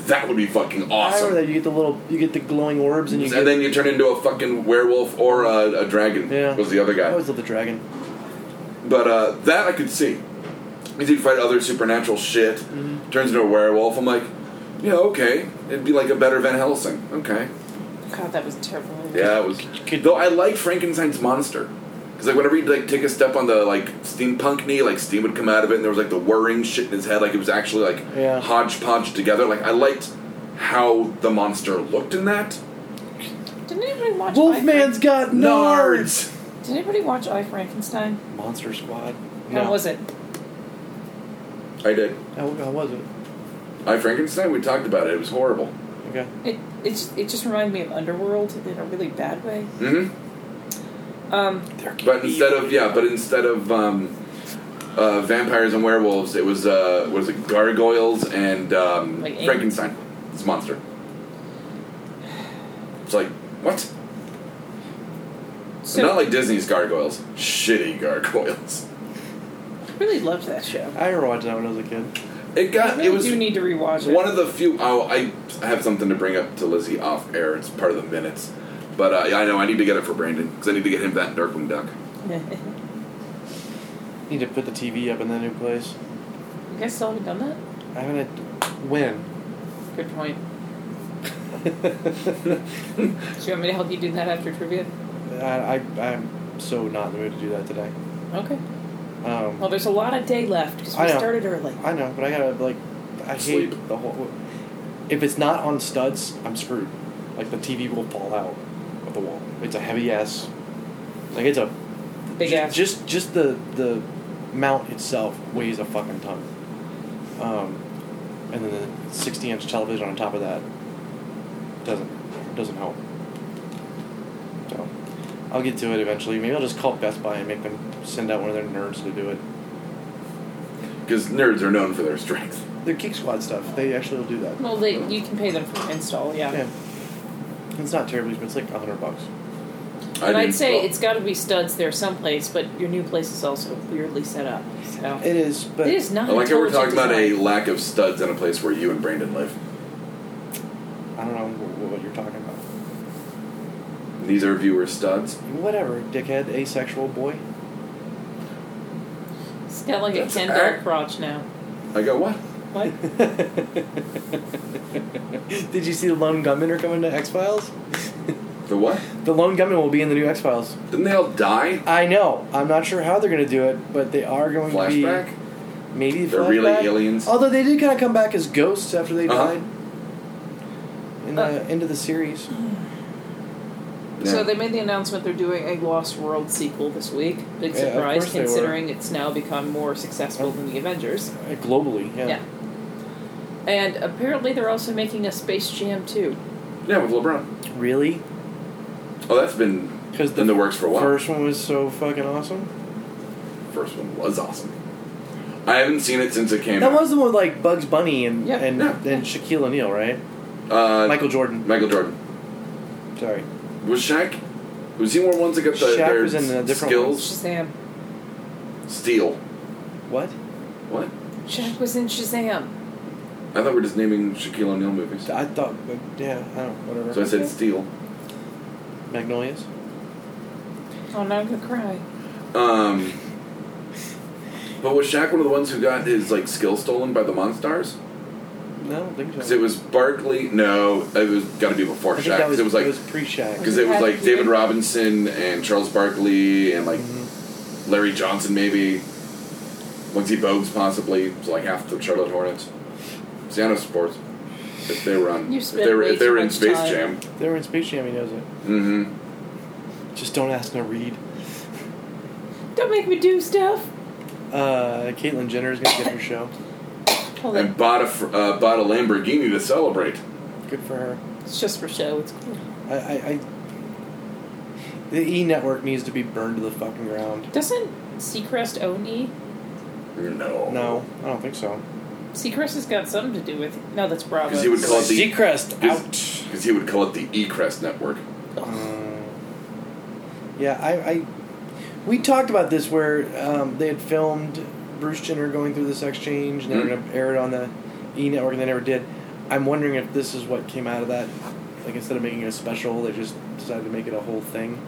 that would be fucking
I don't know,
awesome.
you get the little you get the glowing orbs and you
And
get
then you turn into a fucking werewolf or a, a dragon.
yeah.
Was the other
I
guy.
always love the dragon.
But uh, that I could see. Because he'd fight other supernatural shit,
Mm-hmm.
turns into a werewolf. I'm like, yeah, okay. It'd be like a better Van Helsing. Okay.
God, that was terrible.
Yeah, it was.
Could-
Though I liked Frankenstein's monster. Because, like, whenever he'd, like, take a step on the, like, steampunk knee, like, steam would come out of it, and there was, like, the whirring shit in his head. Like, it was actually, like,
Yeah.
hodgepodge together. Like, I liked how the monster looked in that.
Didn't anybody watch?
Wolfman's got nards.
Nards!
I, Fran- did anybody watch I Frankenstein?
Monster Squad.
How was it?
I did.
How, how was it?
I, Frankenstein, we talked about it. It was horrible.
Okay.
It it it just reminded me of Underworld in a really bad way.
Mm hmm.
Um,
But instead of yeah, but instead of um, uh, vampires and werewolves, it was uh, was it gargoyles and um,
Like ink?
Frankenstein. It's a monster. It's like what?
so
Not like Disney's gargoyles. Shitty gargoyles.
really loved that show.
I remember watching that when I was a kid.
It got
I really
it was
do need to rewatch it.
one of the few. Oh, I have something to bring up to Lizzie off air. It's part of the minutes. But uh, yeah, I know I need to get it for Brandon because I need to get him that Darkwing Duck.
(laughs) you
Need to put the TV up in the new place.
guys still haven't done that?
I haven't had when.
Good point. Do you want me to help you do that after trivia?
(laughs) I, I I'm so not in the mood to do that today.
Okay.
Um,
Well, there's a lot of day left because
I
we
know.
started early.
I know, but I gotta like, I
Sleep.
hate the whole. If it's not on studs, I'm screwed. Like the TV will fall out of the wall. It's a heavy ass. Like it's a
Big
ju-
ass.
Just just the the mount itself weighs a fucking ton. Um, and then the sixty inch television on top of that doesn't doesn't help. So I'll get to it eventually. Maybe I'll just call Best Buy and make them send out one of their nerds to do it.
Because nerds are known for their strength.
Their Geek Squad stuff. They actually will do that.
Well, they, you can pay them for install, yeah.
Yeah. It's not terribly expensive. It's like a hundred bucks.
But
do-
I'd say
well,
it's got to be studs there someplace, but your new place is also weirdly set up. So
It is, but
Oh. it is not.
I like how we're talking
intelligent
about a
design.
lack of studs in a place where you and Brandon live.
I don't know what, what you're talking about.
These are viewer studs.
Whatever, dickhead, asexual boy.
It's got like a
That's
Ken
a-
Doll crotch now.
I go, what?
What?
(laughs) Did you see the lone gunman are coming to X Files?
The what?
(laughs) the lone gunman will be in the new X Files.
Didn't they all die?
I know. I'm not sure how they're going to do it, but they are going
Flashback?
to be maybe
They're really
flashback. Oh,
aliens?
Although they did kind of come back as ghosts after they
Uh-huh.
died in the
Uh.
end of the series.
Yeah.
So they made the announcement they're doing a Lost World sequel this week. Big
Yeah, of
surprise,
course they were.
considering it's now become more successful than the Avengers.
Uh, Globally, yeah.
Yeah. And apparently they're also making a Space Jam too.
yeah, with LeBron.
Really?
Oh, that's been
Because
in the works for a while.
First one was so fucking awesome.
First one was awesome. I haven't seen it since it came
That
out.
was the one with like Bugs Bunny and
Yeah,
and,
yeah.
and Shaquille O'Neal, right?
uh,
Michael Jordan.
Michael Jordan.
Sorry.
Was Shaq? Was he one of the ones that got the,
Shaq
their
was in the different
skills?
Shazam.
Steel.
What?
What?
Shaq was in Shazam.
I thought we were just naming Shaquille O'Neal movies.
I thought, but yeah, I don't. Whatever.
So I said Steel.
Magnolias.
Oh, now I'm gonna cry.
Um, but was Shaq one of the ones who got his like skill stolen by the Monstars?
No, I don't think so.
Because it was Barkley. No, it was got to be before
I think
Shaq.
that
'cause
was,
it was like
pre-Shaq.
because it was
Had
like
he
David
been-
Robinson and Charles Barkley and like
Mhm.
Larry Johnson maybe, Lindsey Bogues possibly. So like half the Charlotte Hornets. Seattle Sports. If they were on,
You
if
spent
they were,
way
if they
too
were in
much
Space
time.
Jam.
They were in Space Jam. He knows it.
Mm-hmm.
Just don't ask no Reed.
Don't make me do stuff.
Uh, Caitlyn Jenner is gonna get her show.
Hold
And
on.
bought a fr- uh, bought a Lamborghini to celebrate.
Good for her.
It's just for show. It's cool.
I, I, I the E network needs to be burned to the fucking ground.
Doesn't Seacrest own E?
No.
No, I don't think so.
Seacrest has got something to do with. No, that's Bravo.
'Cause he would call it the Is-
Seacrest out.
because he would call it the E Crest Network.
Um, (sighs) yeah, I, I we talked about this where um, they had filmed Bruce Jenner going through this exchange and they were
Mhm.
going to air it on the E network and they never did. I'm wondering if this is what came out of that. Like instead of making it a special, they just decided to make it a whole thing.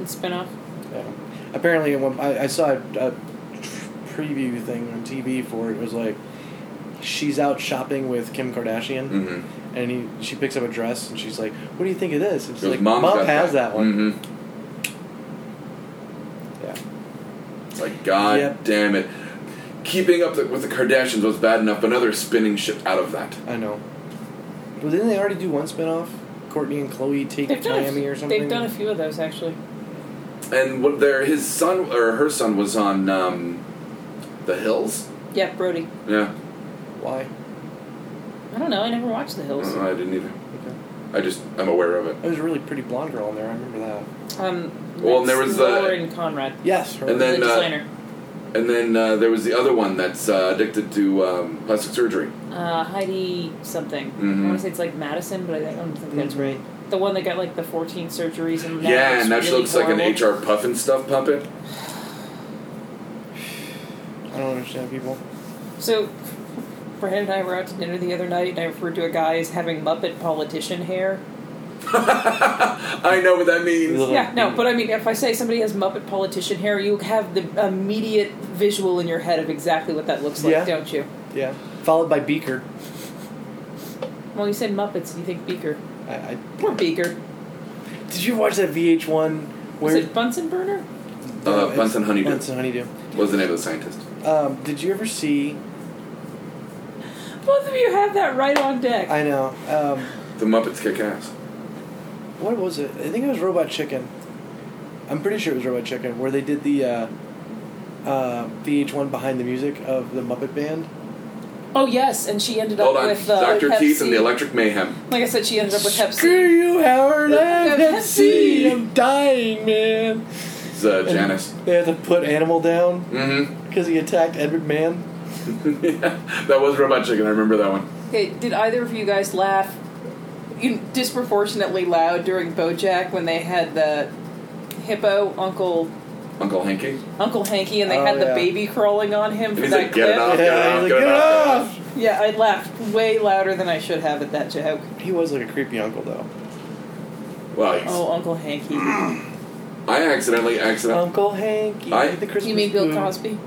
It's spinoff.
Yeah. Apparently, at one, I, I saw a, a tr- preview thing on TV for it. It was like she's out shopping with Kim Kardashian,
Mm-hmm.
and he, she picks up a dress, and she's like, "What do you think of this?" And she's
Goes,
like,
"Mom's
"Mom
got
has that, one."
hmm Mm.
Yeah.
It's like, God
Yep.
damn it. Keeping up the, with the Kardashians was bad enough, but now they're spinning shit out of that.
I know. But didn't they already do one spinoff? Courtney and Chloe take
They've done,
Miami
a,
or
f-
something.
they've done a few of those, actually.
And what their his son or her son was on um, the Hills.
Yeah, Brody.
Yeah,
Why?
I don't know. I never watched The Hills.
Mm-hmm.
Uh, I didn't either.
Okay.
I just I'm aware of it.
There was a really pretty blonde girl in there. I remember that.
Um,
Well, and there
that's
was, uh,
Lauren Conrad,
Yes. Her.
And then,
the
uh,
designer.
And then uh, there was the other one that's uh, addicted to um, plastic surgery.
Uh, Heidi something.
Mhm.
I want to say it's like Madison, but I don't- I don't think that's
Mhm.
right. The one that got like the 14 surgeries and
Mm-hmm.
now
yeah,
looks
and now she
really
looks
horrible.
like an HR puffin stuff puppet. (laughs)
I don't understand people.
So, Brandon and I were out to dinner the other night, and I referred to a guy as having Muppet politician hair.
I know what that means.
Little-
Yeah, no, but I mean, if I say somebody has Muppet politician hair, you have the immediate visual in your head of exactly what that looks like,
Yeah.
don't you?
Yeah. Followed by Beaker.
Well, you said Muppets, and you think Beaker.
I, I
Poor Beaker.
Did you watch that VH1
Was
where
it Bunsen burner?
Uh,
it's
Bunsen Honeydew.
Bunsen Honeydew.
What's the name of the scientist?
Um, did you ever see?
Both of you have that right on deck.
I know. Um,
The Muppets kick ass.
what was it? I think it was Robot Chicken. I'm pretty sure it was Robot Chicken where they did the uh, uh, VH1 behind the music of the Muppet Band.
oh yes, and she ended
Hold
up
on,
with uh,
Doctor
Pepsi.
Keith and the Electric Mayhem.
Like I said, she ended up with Pepsi.
Screw you, Howard! I
Have
have
Pepsi.
Pepsi. I'm dying, man.
It's uh, Janice.
They had to put Animal down
Mm-hmm. (laughs)
because he attacked Ed McMahon.
yeah, that was Robot Chicken. I remember that one.
Okay, did either of you guys laugh you, disproportionately loud during BoJack when they had the hippo uncle
Uncle Hanky.
Uncle Hanky and they
Oh,
had the
yeah.
baby crawling on him
And
for
he's
that
like,
clip?
get it off, get it
Yeah,
off,
he's
get
like,
it off.
"Get
Yeah, I laughed way louder than I should have at that joke.
He was like a creepy uncle, though.
Well, he's-
Oh,
(clears throat)
Uncle Hanky.
I accidentally,
Oh.
accident,
Uncle Hanky,
I-
the Christmas
you mean Bill
moon.
Cosby?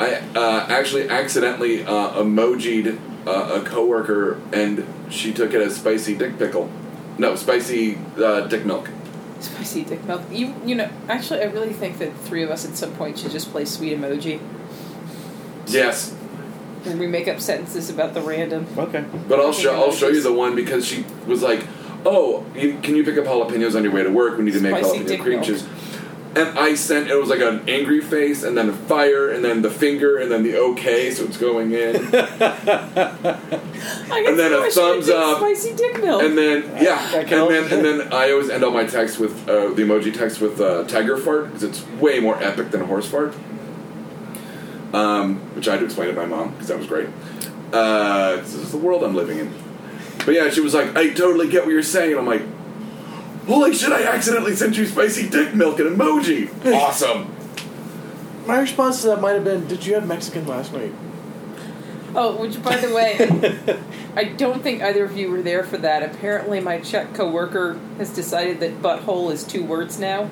I uh, actually accidentally uh, emojied uh, a coworker, and she took it as spicy dick pickle. No, spicy uh, dick milk.
Spicy dick milk. You, you know, actually, I really think that the three of us at some point should just play Sweet Emoji
Yes,
and we make up sentences about the random.
Okay. (laughs)
but I'll show I'll show you the one because she was like, "Oh, you, can you pick up jalapenos on your way to work? We need to make
Spicy
jalapeno
dick
cream
milk.
cheese." And I sent it was like an angry face, and then a fire, and then the finger, and then the okay, so it's going in.
I guess
And then a
I should've
thumbs
did
up.
Spicy dick milk.
And then yeah,
Oh. that
and
counts.
then and then I always end all my texts with uh, the emoji text with uh, tiger fart because it's way more epic than a horse fart. Um, which I had to explain to my mom because that was great. Uh, 'cause this is the world I'm living in. But yeah, she was like, "I totally get what you're saying," and I'm like, "Holy shit! I accidentally sent you spicy dick milk an
(laughs)
emoji. Awesome."
My response to that might have been, "Did you have Mexican last night?"
Oh, which by the way,
(laughs)
I don't think either of you were there for that. Apparently, my Czech coworker has decided that butthole is two words now.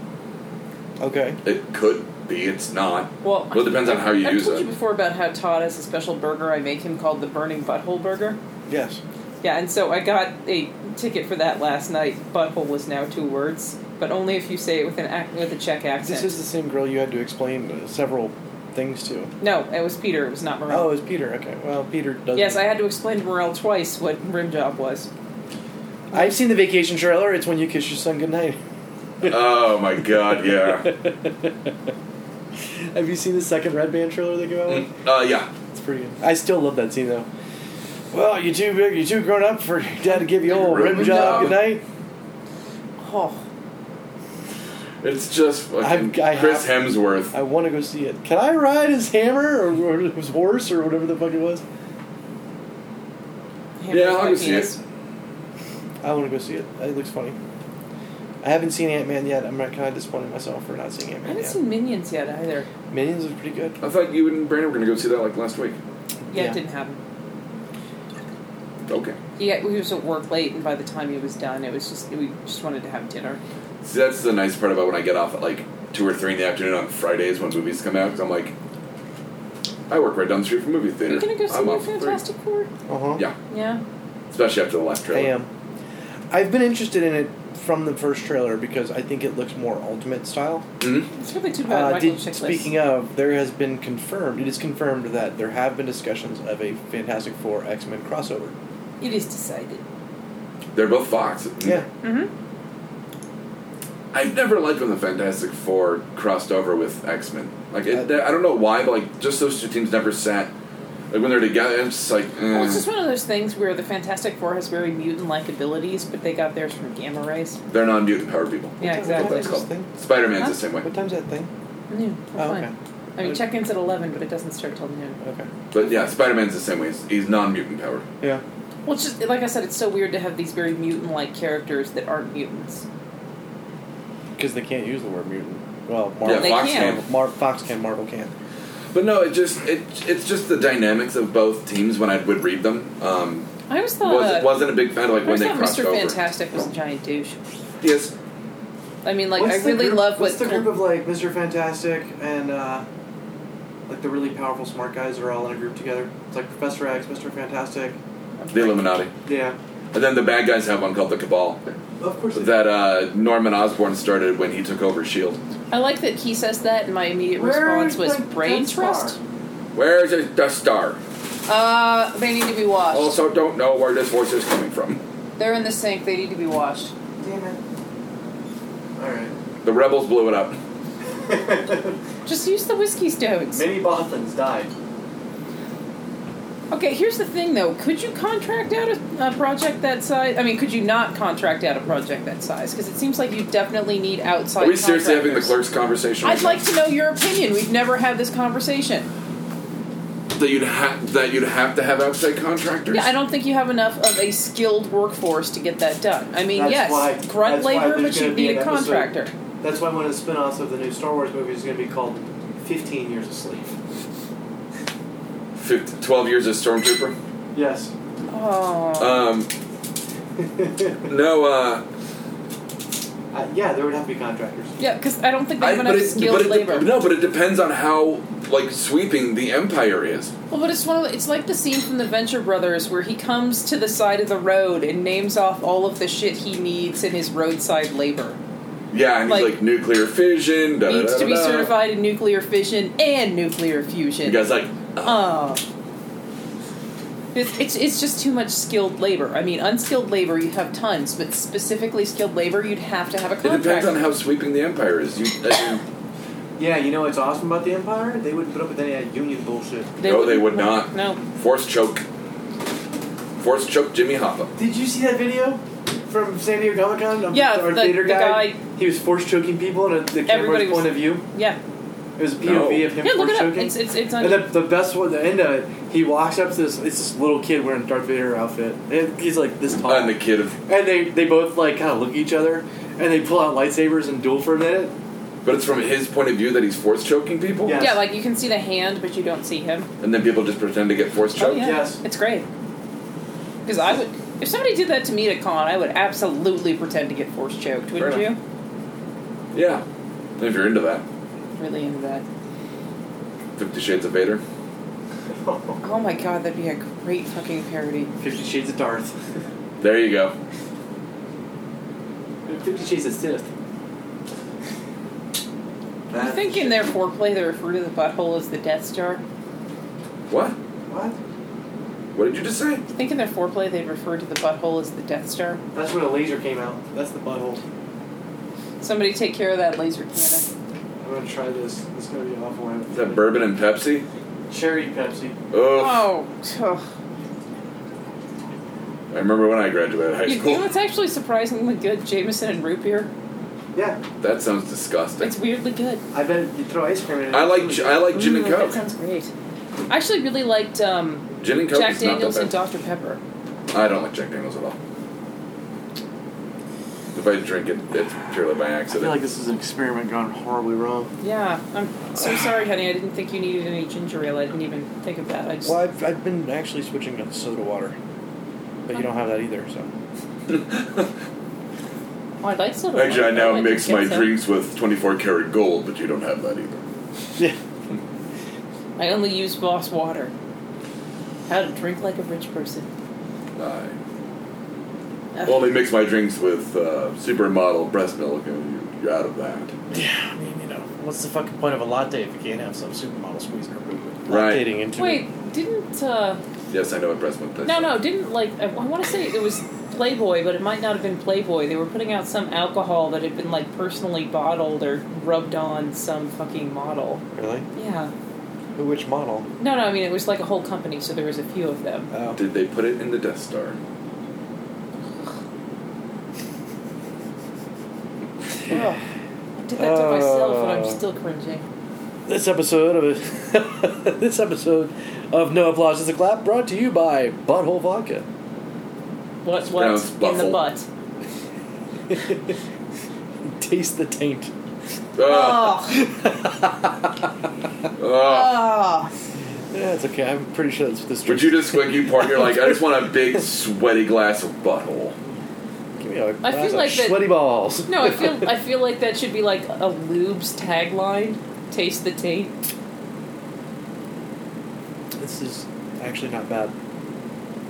Okay.
It could be. It's not.
Well,
Well, it depends on how you
I've
use
told you
it.
before about how Todd has a special burger I make him called the Burning Butthole Burger.
Yes.
Yeah, and so I got a ticket for that last night. Butthole was now two words, but only if you say it with an ac- with a Czech accent.
This is the same girl you had to explain uh, several things to.
no, it was Peter. It was not
Oh, it
Morel.
was Peter. Okay. Well, Peter
Oh,
does.
yes, I had to explain to Morel twice what rim job was.
I've seen the vacation trailer. It's when you kiss your son goodnight.
oh my god!
(laughs)
Yeah.
Have you seen the second Red Band trailer they came out with?
Mm, Uh, yeah.
It's pretty good. I still love that scene though. Well, you too big, you too grown up for your dad to give you a little rim
Rim
job.
job.
Good night.
Oh,
It's just fucking
I have-
Chris Hemsworth.
I want to go see it. Can I ride his hammer or, or his horse or whatever the fuck it was?
Yeah, I'll go see
penis.
it.
I want to go see it. It looks funny. I haven't seen Ant Man yet. I'm kind of disappointed in myself for not seeing Ant
I
Man
haven't
yet.
seen Minions yet either.
Minions is pretty good.
I thought you and Brandon were going to go see that like last week.
Yeah,
Yeah.
it didn't happen.
Okay.
He, got- he was at work late, and by the time he was done, it was just we just wanted to have dinner.
See, that's the nice part about when I get off at like two or three in the afternoon on Fridays when movies come out. 'cause I'm like, I work right down the street from movie
Are
theater.
you gonna go see
I'm
the
off at three.
Fantastic Four?
Uh huh.
Yeah,
Yeah.
especially after the last
I
trailer.
am. I've been interested in it from the first trailer because I think it looks more Ultimate style.
Mhm.
It's really too bad.
Uh,
Michael
did,
Chiklis.
speaking of, there has been confirmed. It is confirmed that there have been discussions of a Fantastic Four X Men crossover.
it is decided.
They're both Fox.
Yeah,
Mm-hmm.
I've never liked when the Fantastic Four crossed over with X Men. Like,
Uh,
it, that- I don't know why, but like, just those two teams never sat. Like when they're together, it's just like. Eh.
Mm.
Well, it's just one of those things where the Fantastic Four has very mutant-like abilities, but they got theirs from gamma rays.
They're non mutant powered people.
Yeah,
What time-
exactly.
What time's this thing?
Spider Man's
Huh?
the same way.
What time's that thing?
Noon. We're
Oh,
fine.
okay,
I mean, check-in's at eleven, but it doesn't start till noon.
okay,
But yeah, Spider Man's the same way. He's, he's non mutant powered.
yeah.
Well, it's just like I said, it's so weird to have these very mutant-like characters that aren't mutants.
Because they can't use the word mutant. Well,
Yeah,
Marvel,
They
Fox
can.
can.
Mar- Fox can, Marvel can.
But no, it just it it's just the dynamics of both teams when I would read them. Um,
I always thought. uh,
was, wasn't a big fan of
I
like when
always
they
thought
crossed
Mr.
over.
Fantastic was a giant douche.
Yes,
I mean, like I really love what
what's the group of like Mr. Fantastic and uh, like the really powerful smart guys are all in a group together. It's like Professor X, Mr. Fantastic.
the Illuminati,
Yeah,
and then the bad guys have one called the Cabal
of course. they-
that uh, Norman Osborn started when he took over Shield.
I like that he says that, and my immediate
Where
response
is
was
my
brain
Death
trust.
Where's the Death Star?
Uh, they need to be washed.
Also, don't know where this voice is coming from.
They're in the sink. They need to be washed.
Damn it. All right.
The rebels blew it up.
Just use the whiskey stones.
Many Bothans died.
Okay, here's the thing though. Could you contract out a, a project that size? I mean, could you not contract out a project that size? Because it seems like you definitely need outside.
Are we seriously having the
contractors.
clerks conversation?
I'd like to know your opinion. We've never had this conversation.
that you'd have that you'd have to have outside contractors.
Yeah, I don't think you have enough of a skilled workforce to get that done. I mean,
That's
yes,
why-
grunt
that's why
labor,
there's
but you
gonna be
need a
an episode.
contractor.
That's why one of the spin-offs of the new Star Wars movie is going to be called 15 Years of Sleep.
Fif- Twelve years as stormtrooper.
(laughs) Yes.
Uh,
Oh,
Um, no, uh,
Uh, yeah, there would have to be contractors.
yeah, because I don't think they
I-
have enough
but it,
skilled
but it de-
labor.
no, but it depends on how like sweeping the empire is.
Well, but it's one of the, it's like the scene from the Venture Brothers where he comes to the side of the road and names off all of the shit he needs in his roadside labor.
Yeah, and he's
Like-
like nuclear fission. Da,
Needs
da,
to be
da, da.
certified in nuclear fission and nuclear
You
fusion.
guys like?
Oh. It's, it's, it's just too much skilled labor. I mean, unskilled labor you have tons, but specifically skilled labor you'd have to have a
It
contract.
depends on how sweeping the empire is. You, I mean,
Yeah, you know what's awesome about the Empire? They wouldn't put up with any of that union bullshit.
No,
wouldn't-
they would not.
No.
force choke, force choke Jimmy Hoffa.
Did you see that video from San Diego Comic Con? of
Yeah,
our
the-
theater
the
guy,
guy-
He was force choking people, and the
Everybody
camera's
was-
point of view.
Yeah.
It was a POV
No.
of him
yeah,
force
look it up.
choking.
It's, it's, it's on.
and the, the best one, the end of it, he walks up to this. It's this little kid wearing a Darth Vader outfit, and he's like this tall.
And the kid of,
And they, they both like kind of look at each other, and they pull out lightsabers and duel for a (laughs) minute.
but it's from his point of view that he's force choking people,
Yeah.
Yeah, like you can see the hand, but you don't see him.
and then people just pretend to get force
Oh
choked.
yeah,
Yes.
it's great. Because I would, if somebody did that to me at a con, I would absolutely pretend to get force choked. Wouldn't
Fair
you?
enough. yeah. If you're into that,
Really into that.
Fifty Shades of Vader.
Oh my god, that'd be a great fucking parody.
Fifty Shades of Darth.
There you go.
Fifty Shades of Sith.
You think in their foreplay they refer to the butthole as the Death Star?
What?
What?
What did you just say?
You think in their foreplay they refer to the butthole as the Death Star?
That's where the laser came out. That's the butthole.
Somebody take care of that laser cannon.
I'm gonna try this. It's gonna be awful. I
Is that bourbon and Pepsi?
Cherry Pepsi.
Oh,
Oh, ugh.
I remember when I graduated high
You, you know,
school.
it's actually surprisingly good. Jameson and root beer.
Yeah,
That sounds disgusting.
It's weirdly good.
I bet you throw ice cream in it.
I like I like gin and
Mm, That
coke.
sounds great. I actually really liked um,
Gin and coke
Jack
is not
Daniels
that
and
bad.
Dr Pepper.
I don't like Jack Daniels at all. If I drink it, it's purely by
I feel
accident.
like this is an experiment gone horribly wrong.
Yeah, I'm
(sighs)
so sorry, honey. I didn't think you needed any ginger ale. I didn't even think of that. I just
Well, I've, I've been actually switching to soda water, but you don't have that either. So (laughs)
oh, I like
(laughs)
soda.
Actually, I
water.
now
like
mix my
Jameson.
drinks with 24 karat gold, but you don't have that either.
yeah,
I only use Boss water. How to drink like a rich person.
I
Ugh.
only mix my drinks with uh, supermodel breast milk, and you- you're out of that.
yeah. I mean, you know, what's the fucking point of a latte if you can't have some supermodel squeezing her boob and
Right.
lactating into it?
Wait, didn't uh,
Yes, I know what breast milk tastes
no
like.
no didn't like I, I want to say it was Playboy, but it might not have been Playboy. They were putting out some alcohol that had been like personally bottled or rubbed on some fucking model.
Really?
Yeah.
Who- Which model?
No, no, I mean it was like a whole company, so there was a few of them.
Oh.
Did they put it in the Death Star?
Ugh. I did that to myself, and I'm
Uh.
still cringing.
This episode of (laughs) this episode of No Applause is a Clap brought to you by Butthole Vodka.
What? What?
pronounced
In the
buffle.
butt.
Taste the taint.
Ah,
Oh.
ah.
Ah.
Yeah, it's okay. I'm pretty sure that's what this
Would you just when you part, you're like, I just want a big sweaty glass of butthole.
Give me a glass
feel
of
like that-
sweaty balls.
No, I feel I feel like that should be like a lube's tagline. Taste the taint.
This is actually not bad.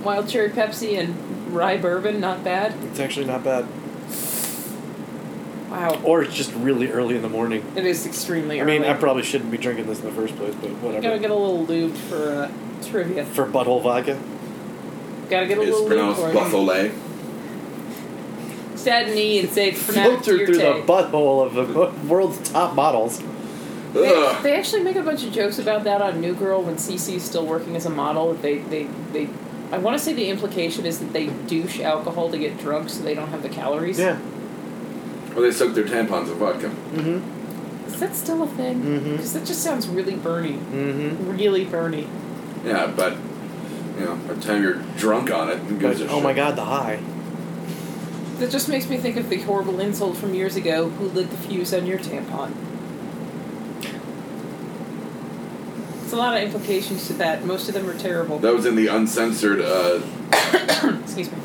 Wild cherry Pepsi and rye bourbon, not bad.
It's actually not bad.
Wow.
Or it's just really early in the morning.
It is extremely
I mean,
early.
I probably shouldn't be drinking this in the first place, but
You gotta
whatever.
get a little lubed for uh, trivia.
For butthole vodka,
Gotta get a
It's
little lubed
pronounced
for
buffole.
it. Sad knee and say pronounce
filtered
your
through the
taint.
butthole of the world's top models.
They,
Ugh.
they actually make a bunch of jokes about that on New Girl when Cece's still working as a model. They, they, they. I want to say the implication is that they douche alcohol to get drunk so they don't have the calories.
Yeah.
Or they soak their tampons in vodka.
Mm-hmm.
Is that still a thing?
Mhm.
Because that just sounds really burny.
Mm-hmm.
Really burny.
Yeah, but you know, by the time you're drunk on it, who gives a
oh
shit?
my god, the high.
That just makes me think of the horrible insult from years ago who lit the fuse on your tampon. It's a lot of implications to that. Most of them are terrible.
That was in the uncensored, uh,
Excuse me.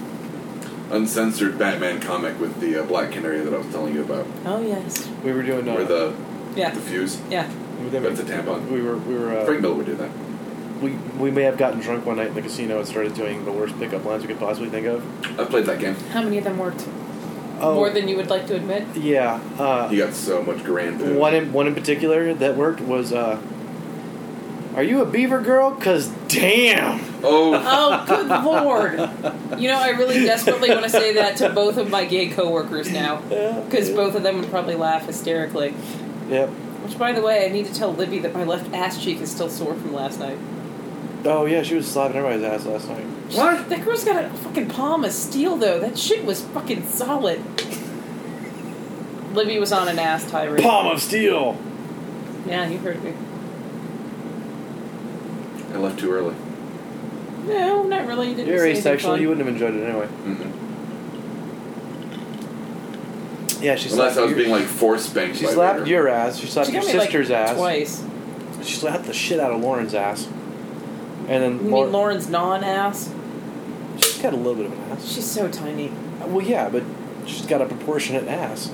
uncensored Batman comic with the uh, Black Canary that I was telling you about,
Oh, yes.
We were doing uh,
where the
Yeah.
the fuse.
Yeah.
we did-
That's a tampon.
We were we were uh,
Frank Miller would do that.
we we may have gotten drunk one night in the casino and started doing the worst pickup lines we could possibly think of.
I played that game.
How many of them worked?
Oh,
More than you would like to admit?
yeah. Uh,
You got so much grand food.
One in one in particular that worked was, uh, "Are you a beaver girl? Cause damn."
Oh,
Oh, good lord. You know, I really desperately want to say that to both of my gay coworkers now. Because both of them would probably laugh hysterically.
Yep.
Which, by the way, I need to tell Libby that my left ass cheek is still sore from last night.
Oh yeah, she was slapping everybody's ass last night.
What?
That girl's got a fucking palm of steel, though. That shit was fucking solid. Libby was on an ass tirade.
Palm of steel.
Yeah, you heard me.
I left too early.
No, not really. You didn't
You're
say anything
asexual.
fun.
You wouldn't have enjoyed it anyway.
Mm-hmm.
Yeah, she
Unless
slapped
I was
your-
being like force spanked.
She
by
slapped
Vader.
your ass. She slapped
She
your
got me, like,
sister's ass.
twice.
She slapped the shit out of Lauren's ass. And
You
then
mean
Lauren,
Lauren's non-ass?
she's got a little bit of an ass.
She's so tiny.
Well, yeah, but she's got a proportionate ass.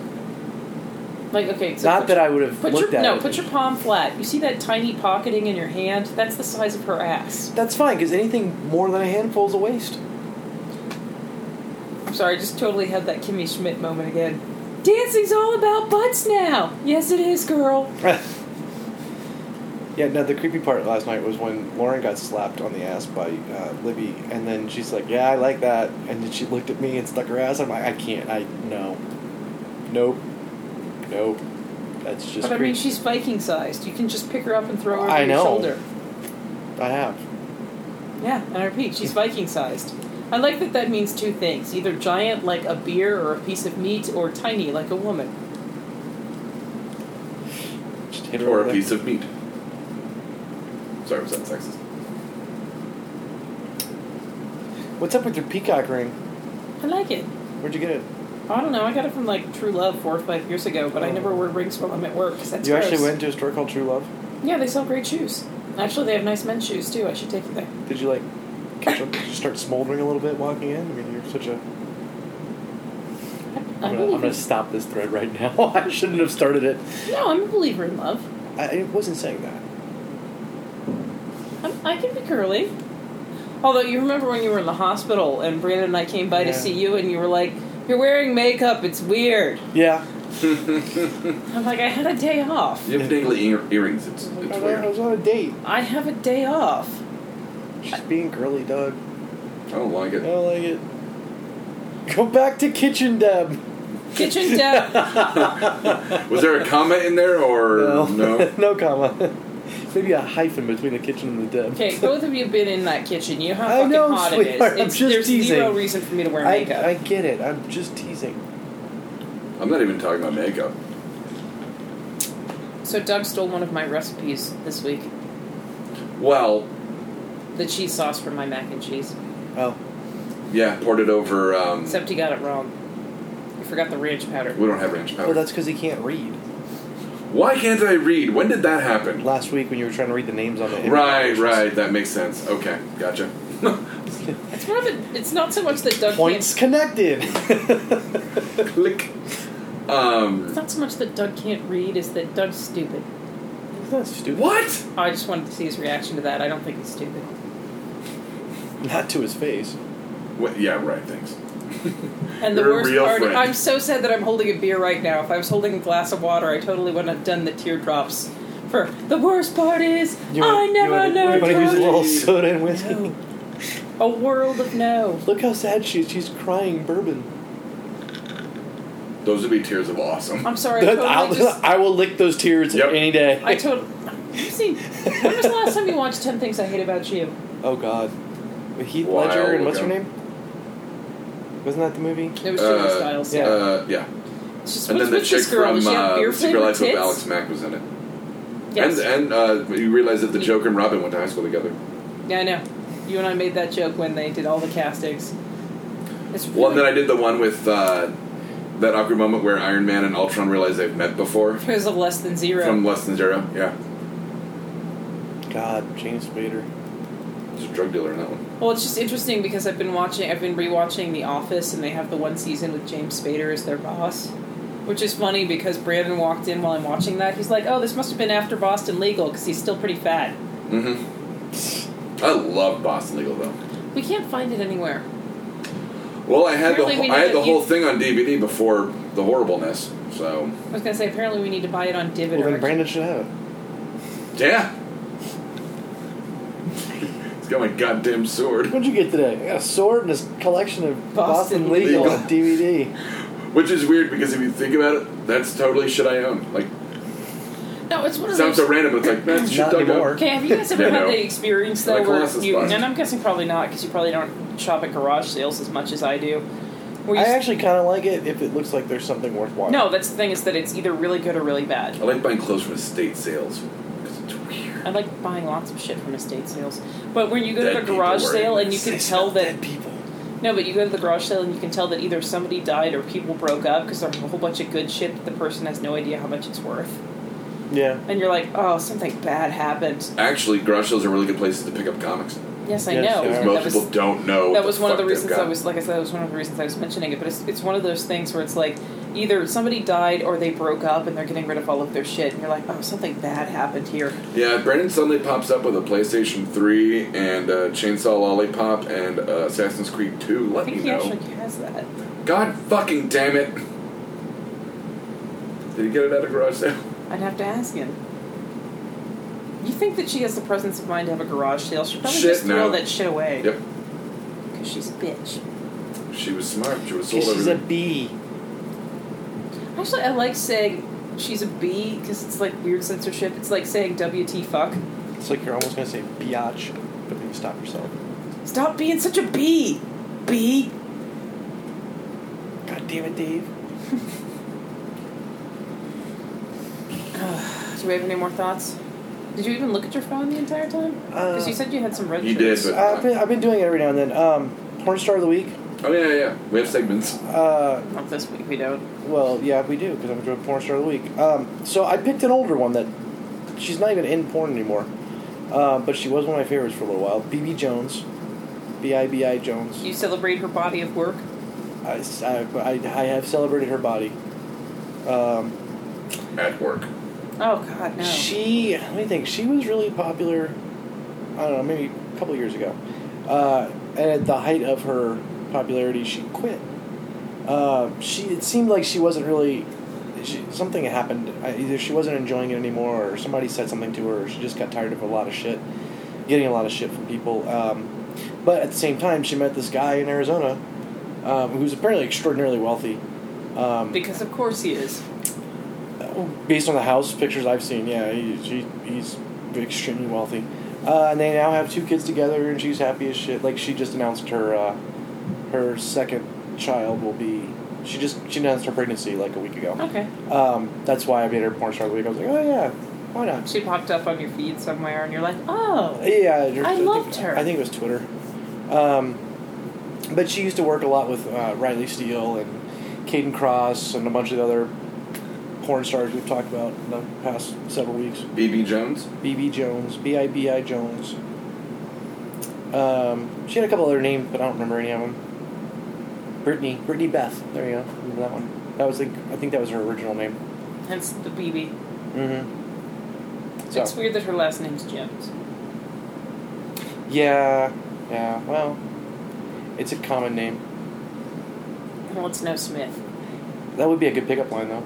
Like, okay, so
Not
put
that
your,
I would have
put
looked
your,
at
no,
it.
put your palm flat. You see that tiny pocketing in your hand? That's the size of her ass.
That's fine, because anything more than a handful is a waste.
I'm sorry, I just totally had that Kimmy Schmidt moment again. Dancing's all about butts now. Yes, it is, girl.
yeah, no, the creepy part last night was when Lauren got slapped on the ass by uh, Libby, and then she's like, Yeah, I like that. And then she looked at me and stuck her ass. I'm like, I can't. I, no. Nope. Nope. That's just
But I mean,
creepy.
she's Viking sized. You can just pick her up and throw her over
I
your
know.
shoulder.
I have.
Yeah, and I repeat, she's Viking sized. I like that that means two things either giant, like a beer or a piece of meat, or tiny, like a woman.
Just hit her
or
over
a
the-
piece of meat. Sorry, was that
(laughs)
sexist?
What's up with your peacock ring?
I like it.
Where'd you get it?
I don't know. I got it from like True Love four or five years ago, but I never wear rings while I'm at work 'cause that's
Oh. you
gross.
actually went to a store called True Love.
Yeah, they sell great shoes. Actually, they have nice men's shoes too. I should take you there.
Did you like catch up, did you start smoldering a little bit walking in? I mean, you're such a.
I
I'm gonna, I'm
believe
gonna stop this thread right now. (laughs) I shouldn't have started it.
in- no, I'm a believer in love.
I, I wasn't saying that.
I'm, I can be curly. Although you remember when you were in the hospital and Brandon and I came by
Yeah.
to see you, and you were like, "You're wearing makeup. It's weird."
Yeah.
I'm like, "I had a day off.
You have dangly ear- earrings. It's,
I,
it's
I
weird.
was on a date.
I have a day off."
She's being girly, Doug.
I don't like
I
it.
don't like it. Go back to kitchen, Deb. (laughs)
Kitchen debt.
Was there a comma in there or no?
(laughs) no comma. Maybe a hyphen between the kitchen and the Deb.
okay, both of you have been in that kitchen. You know how
I
fucking
know,
hot it is.
sweetheart, I'm
It's-
just
there's zero
teasing.
reason for me to wear
I,
makeup.
I get it. I'm just teasing.
I'm not even talking about makeup.
So Doug stole one of my recipes this week,
Well,
the cheese sauce for my mac and cheese.
Oh.
yeah, poured it over. Um,
Except he got it wrong. He forgot the ranch powder.
we don't have ranch powder.
Well, that's because he can't read.
Why can't I read? When did that happen?
Last week when you were trying to read the names on the
Right, right. That makes sense. Okay, gotcha. (laughs)
It's one of the. It's not so much that Doug
Points
can't.
connected. (laughs)
Click. Um,
It's not so much that Doug can't read, is that Doug's stupid.
That's stupid.
what?
I just wanted to see his reaction to that. I don't think he's stupid.
Not to his face.
Wait, yeah, right. Thanks.
And the
You're a
worst
real
part,
friend.
I'm so sad that I'm holding a beer right now. If I was holding a glass of water, I totally wouldn't have done the teardrops. For the worst part is, I never know.
Want to use a
Doug.
little soda and whiskey?
No. A world of no.
Look how sad she is. She's crying bourbon.
Those would be tears of awesome.
I'm sorry. I totally
(laughs) I'll-
just.
I will lick those tears
Yep.
any day.
I (laughs) totally. You've seen. When was the last time you watched Ten Things I Hate About You?
oh God. With Heath
While
Ledger and what's
ago.
her name? Wasn't that the movie?
It was Julia
Uh,
Stiles.
yeah.
Uh, yeah.
It's just,
And
what's
then the
with
chick
this girl? Does
from
she have
uh,
beer
Secret
flavored
Life of
tits?
Alex Mack was in it.
Yes. Mm-hmm.
And and uh, you realize that the Joker and Robin went to high school together.
yeah, I know. You and I made that joke when they did all the castings. It's
Well, and then
really-
I did the one with uh, that awkward moment where Iron Man and Ultron realize they've met before
because of less than zero.
from Less Than Zero. Yeah,
God, James Spader.
he's a drug dealer in that one.
well, it's just interesting because I've been watching, I've been rewatching The Office, and they have the one season with James Spader as their boss, which is funny because Brandon walked in while I'm watching that. He's like, "Oh, this must have been after Boston Legal because he's still pretty fat."
Mm-hmm. I love Boston Legal though.
We can't find it anywhere.
Well, I had
Apparently we
the wh- I had
need
the
to-
whole thing on DVD before the horribleness. So
I was gonna say apparently we need to buy it on Divid
Well,
or
then Brandon should have it.
yeah, (laughs) he's got my goddamn sword,
What'd you get today? I got a sword and a collection of Boston,
Boston
Legal,
Legal.
on DVD.
which is weird because if you think about it, that's totally shit I own. Like
No, it's one of
sounds
those.
so random. It's like that's shit
Not
Doug owned.
anymore.
Okay, have you guys
(laughs)
ever
Yeah,
had
no.
the experience
Like
though, where
Colossus
you
Bus.
and I'm guessing probably not because you probably don't shop at garage sales as much as I do. Where you
I actually kind of like it if it looks like there's something worthwhile.
no, that's the thing is that it's either really good or really bad.
I like buying clothes from estate sales because it's weird.
I like buying lots of shit from estate sales, but when you go
Dead
to the
people
garage
were
sale
in
and you
Say
can tell
stop
that
people.
no, but you go to the garage sale and you can tell that either somebody died or people broke up because there's a whole bunch of good shit that the person has no idea how much it's worth,
Yeah.
and you're like, oh, something bad happened.
Actually, garage sales are really good places to pick up comics.
Yes, I
Yes,
know.
they are.
Because
and
most
that was
people don't know. what
that was one of the
fuck they've
reasons
got.
I was like I said that was one of the reasons I was mentioning it. But it's it's one of those things where it's like either somebody died or they broke up and they're getting rid of all of their shit, and you're like, oh, something bad happened here.
Yeah, Brandon suddenly pops up with a PlayStation 3 and uh, Chainsaw Lollipop and uh, Assassin's Creed 2.
I
Let
think
me
he
know.
actually has that.
God fucking damn it! Did he get it at a garage sale? (laughs)
I'd have to ask him. You think that she has the presence of mind to have a garage sale? She probably
Shit,
just throw
no.
that shit away.
Yep.
Because she's a bitch.
She was smart. She was sold
'Cause she's a
everything.
bee.
Actually, I like saying she's a B because it's like weird censorship. It's like saying WT fuck.
It's like you're almost gonna say biatch, but then you stop yourself.
Stop being such a bee. be.
God damn it, Dave.
Do we have any more thoughts? Did you even look at your phone the entire time? Because you said you had some red
He did,
shirts.
but
Uh, I've been, I've been doing it every now and then. Um, porn star of the week.
oh yeah, yeah, yeah. We have segments.
Uh,
Not this week, we don't.
well, yeah, we do because I'm doing porn star of the week. Um, so I picked an older one that she's not even in porn anymore, uh, but she was one of my favorites for a little while. BB Jones, B I B I Jones.
You celebrate her body of work.
I, s- I- I- I have celebrated her body. Um,
At work.
Oh, God, no.
She, let me think. She was really popular. I don't know, maybe a couple years ago. Uh, and at the height of her popularity, she quit. Uh, she it seemed like she wasn't really. She, something happened. I- Either she wasn't enjoying it anymore, or somebody said something to her, or she just got tired of a lot of shit, getting a lot of shit from people. Um, but at the same time, she met this guy in Arizona, um, who's apparently extraordinarily wealthy. Um,
because, of course, he is.
based on the house pictures I've seen, yeah, he, he, he's extremely wealthy. Uh, and they now have two kids together, and she's happy as shit. Like she just announced her uh, her second child will be. She just she announced her pregnancy like a week ago.
Okay.
Um, that's why I made her porn star of the week. I was like, oh yeah, why not?
She popped up on your feed somewhere, and you're like, oh.
Yeah,
I
think-
loved her.
I think it was Twitter. Um, but she used to work a lot with uh, Riley Steele and Caden Cross and a bunch of the other porn stars we've talked about in the past several weeks.
BB Jones.
BB Jones, B I B I Jones. Um, she had a couple other names, but I don't remember any of them. Brittany, Brittany Beth. There you go. Remember that one? That was like I think that was her original name.
Hence the BB.
Mm-hmm. So
It's weird that her last name's Jones.
yeah, yeah. Well, it's a common name.
Well, it's no Smith.
That would be a good pickup line, though.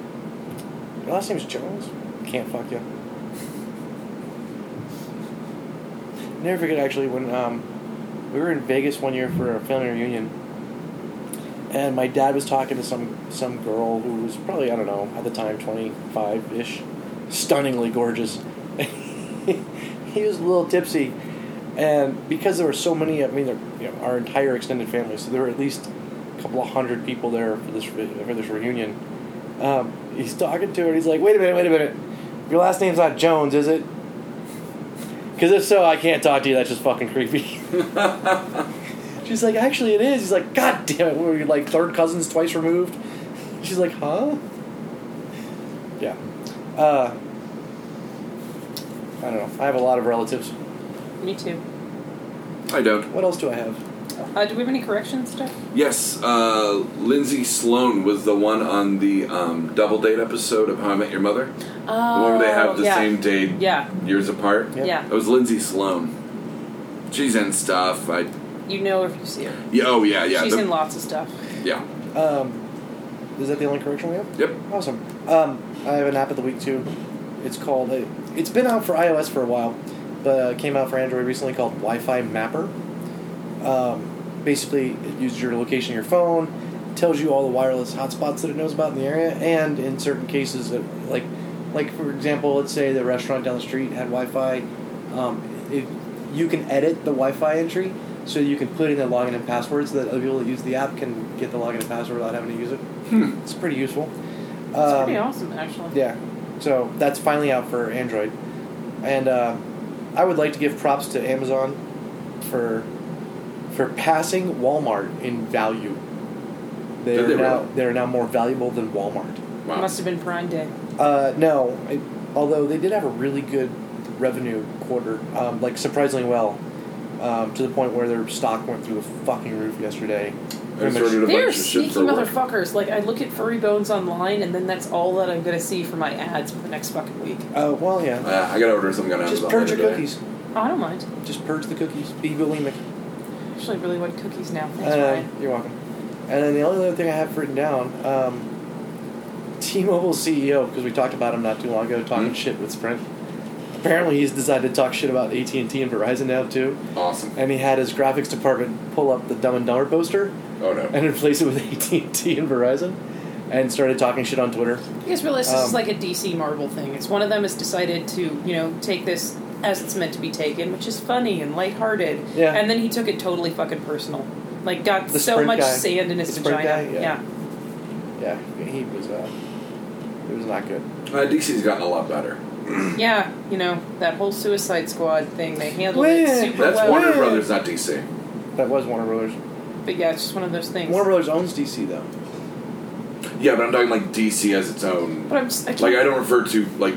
Your last name's Jones? Can't fuck you. Never forget, actually, when um, we were in Vegas one year for a family reunion, and my dad was talking to some, some girl who was probably, I don't know, at the time, 25 ish, stunningly gorgeous. (laughs) he was a little tipsy. And because there were so many, I mean, there, you know, our entire extended family, so there were at least a couple of hundred people there for this re- for this reunion. Um, he's talking to her. He's like, "Wait a minute, wait a minute. Your last name's not Jones, is it? Because if so, I can't talk to you. That's just fucking creepy." (laughs) She's like, "Actually, it is." He's like, "God damn it, were you like third cousins twice removed?" She's like, "Huh?" Yeah. Uh, I don't know. I have a lot of relatives.
Me too.
I don't.
What else do I have?
Uh, do we have any corrections, Jeff?
Yes, uh, Lindsay Sloan was the one on the um, double date episode of How I Met Your Mother. the one where they have the
Oh, yeah.
same date
Yeah.
years apart.
Yep.
Yeah.
It was Lindsay Sloan. She's in stuff. I.
You know if you see her.
Yeah, oh yeah, yeah.
She's
the-
in lots of stuff.
Yeah.
Um, is that the only correction we have?
Yep.
Awesome. Um, I have an app of the week too. It's called. uh, It's been out for iOS for a while, but uh, came out for Android recently called Wi-Fi Mapper. Um, basically, it uses your location on your phone, tells you all the wireless hotspots that it knows about in the area, and in certain cases, that like, like for example, let's say the restaurant down the street had Wi-Fi. Um, it, you can edit the Wi-Fi entry, so you can put in the login and password, so that other people that use the app can get the login and password without having to use it.
Hmm.
It's pretty useful.
It's
Um,
pretty awesome, actually.
yeah. So that's finally out for Android. And uh, I would like to give props to Amazon for for passing Walmart in value. They
Did
are
they
now
really?
they are now more valuable than Walmart.
Wow.
Must have been Prime Day.
Uh, no, I, although they did have a really good revenue quarter, um, like surprisingly well, um, to the point where their stock went through the fucking roof yesterday.
I just ordered a
They're
bunch of shit
sneaky
for work.
motherfuckers. Like, I look at furry bones online, and then that's all that I'm going to see for my ads for the next fucking week.
Uh, well, yeah.
Uh, I gotta order something on
Just
Amazon.
purge your
later today.
cookies.
Oh, I don't mind.
Just purge the cookies. Be bulimic.
Actually, I really want cookies now. Thanks,
Uh,
Ryan.
You're welcome. And then the only other thing I have written down, um, T-Mobile CEO, because we talked about him not too long ago, talking
Hmm.
shit with Sprint. Apparently, he's decided to talk shit about AT and T and Verizon now too.
Awesome.
And he had his graphics department pull up the Dumb and Dumber poster
Oh no.
and (laughs) replace it with AT and T and Verizon, and started talking shit on Twitter.
You guys realize this
Um,
is like a DC Marvel thing. It's one of them has decided to, you know, take this as it's meant to be taken, which is funny and lighthearted.
Yeah.
And then he took it totally fucking personal. Like got
The
so
Sprint
much
guy.
sand in his
The Sprint
vagina.
guy? Yeah. Yeah, he was. Uh, it was not good.
Uh, DC's gotten a lot better.
yeah, Yeah, You know that whole Suicide Squad thing. They handled
Well,
it super
That's
well.
Warner Brothers, not DC.
That was Warner Brothers.
But yeah, it's just one of those things.
Warner Brothers owns DC though.
Yeah, but I'm talking like DC as its own.
but I'm just, I
Like I don't refer to like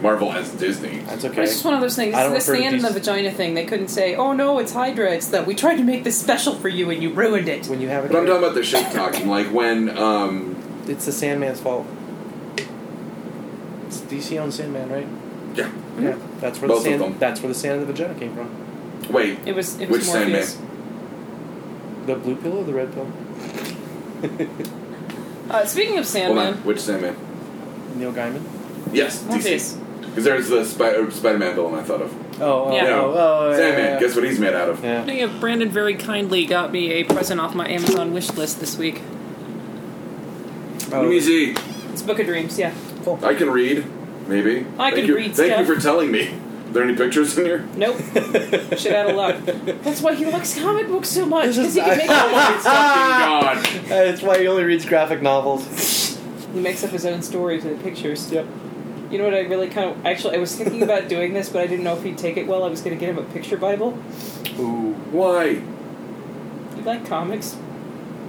Marvel as Disney.
That's
But
okay.
It's just one of those things.
I don't
This
refer to
sand in the
these-
vagina thing. They couldn't say, "Oh no, it's Hydra." It's that we tried to make this special for you and you ruined it.
When you have a
But I'm
kid,
talking about the shit talking. Like when um
it's the Sandman's fault. It's DC owns Sandman, right?
yeah
Yeah, Mm-hmm. that's where
Both of
the
them.
sand. That's where the sand in the vagina came from.
wait
It was it
Which
was
Sandman?
Morpheus.
The blue pill or the red pill?
Uh, speaking of
hold on
Sandman,
which Sandman?
Neil Gaiman.
Yes, DC.
Morpheus.
Because there's the Spi- uh, Spider-Man villain I thought of.
Oh, oh,
Yeah.
oh, oh, yeah,
Sandman.
yeah,
Guess what he's made out of?
Yeah.
Speaking of, Brandon very kindly got me a present off my Amazon wish list this week.
Oh,
Let me see.
It's Book of Dreams. Yeah.
cool.
I can read, maybe.
I
Thank
can
you.
read
Thank you
stuff.
for telling me. Are there any pictures in here?
Nope.
(laughs)
Shit out of luck. That's why he likes comic books so much
This
because
is-
he can
(laughs)
make up,
Fucking
Ah.
God.
That's why he only reads graphic novels.
he makes up his own stories with pictures.
Yep.
You know what? I really kind of actually I was thinking about doing this, but I didn't know if he'd take it well. I was going to get him a picture Bible.
Ooh.
Why?
You like comics?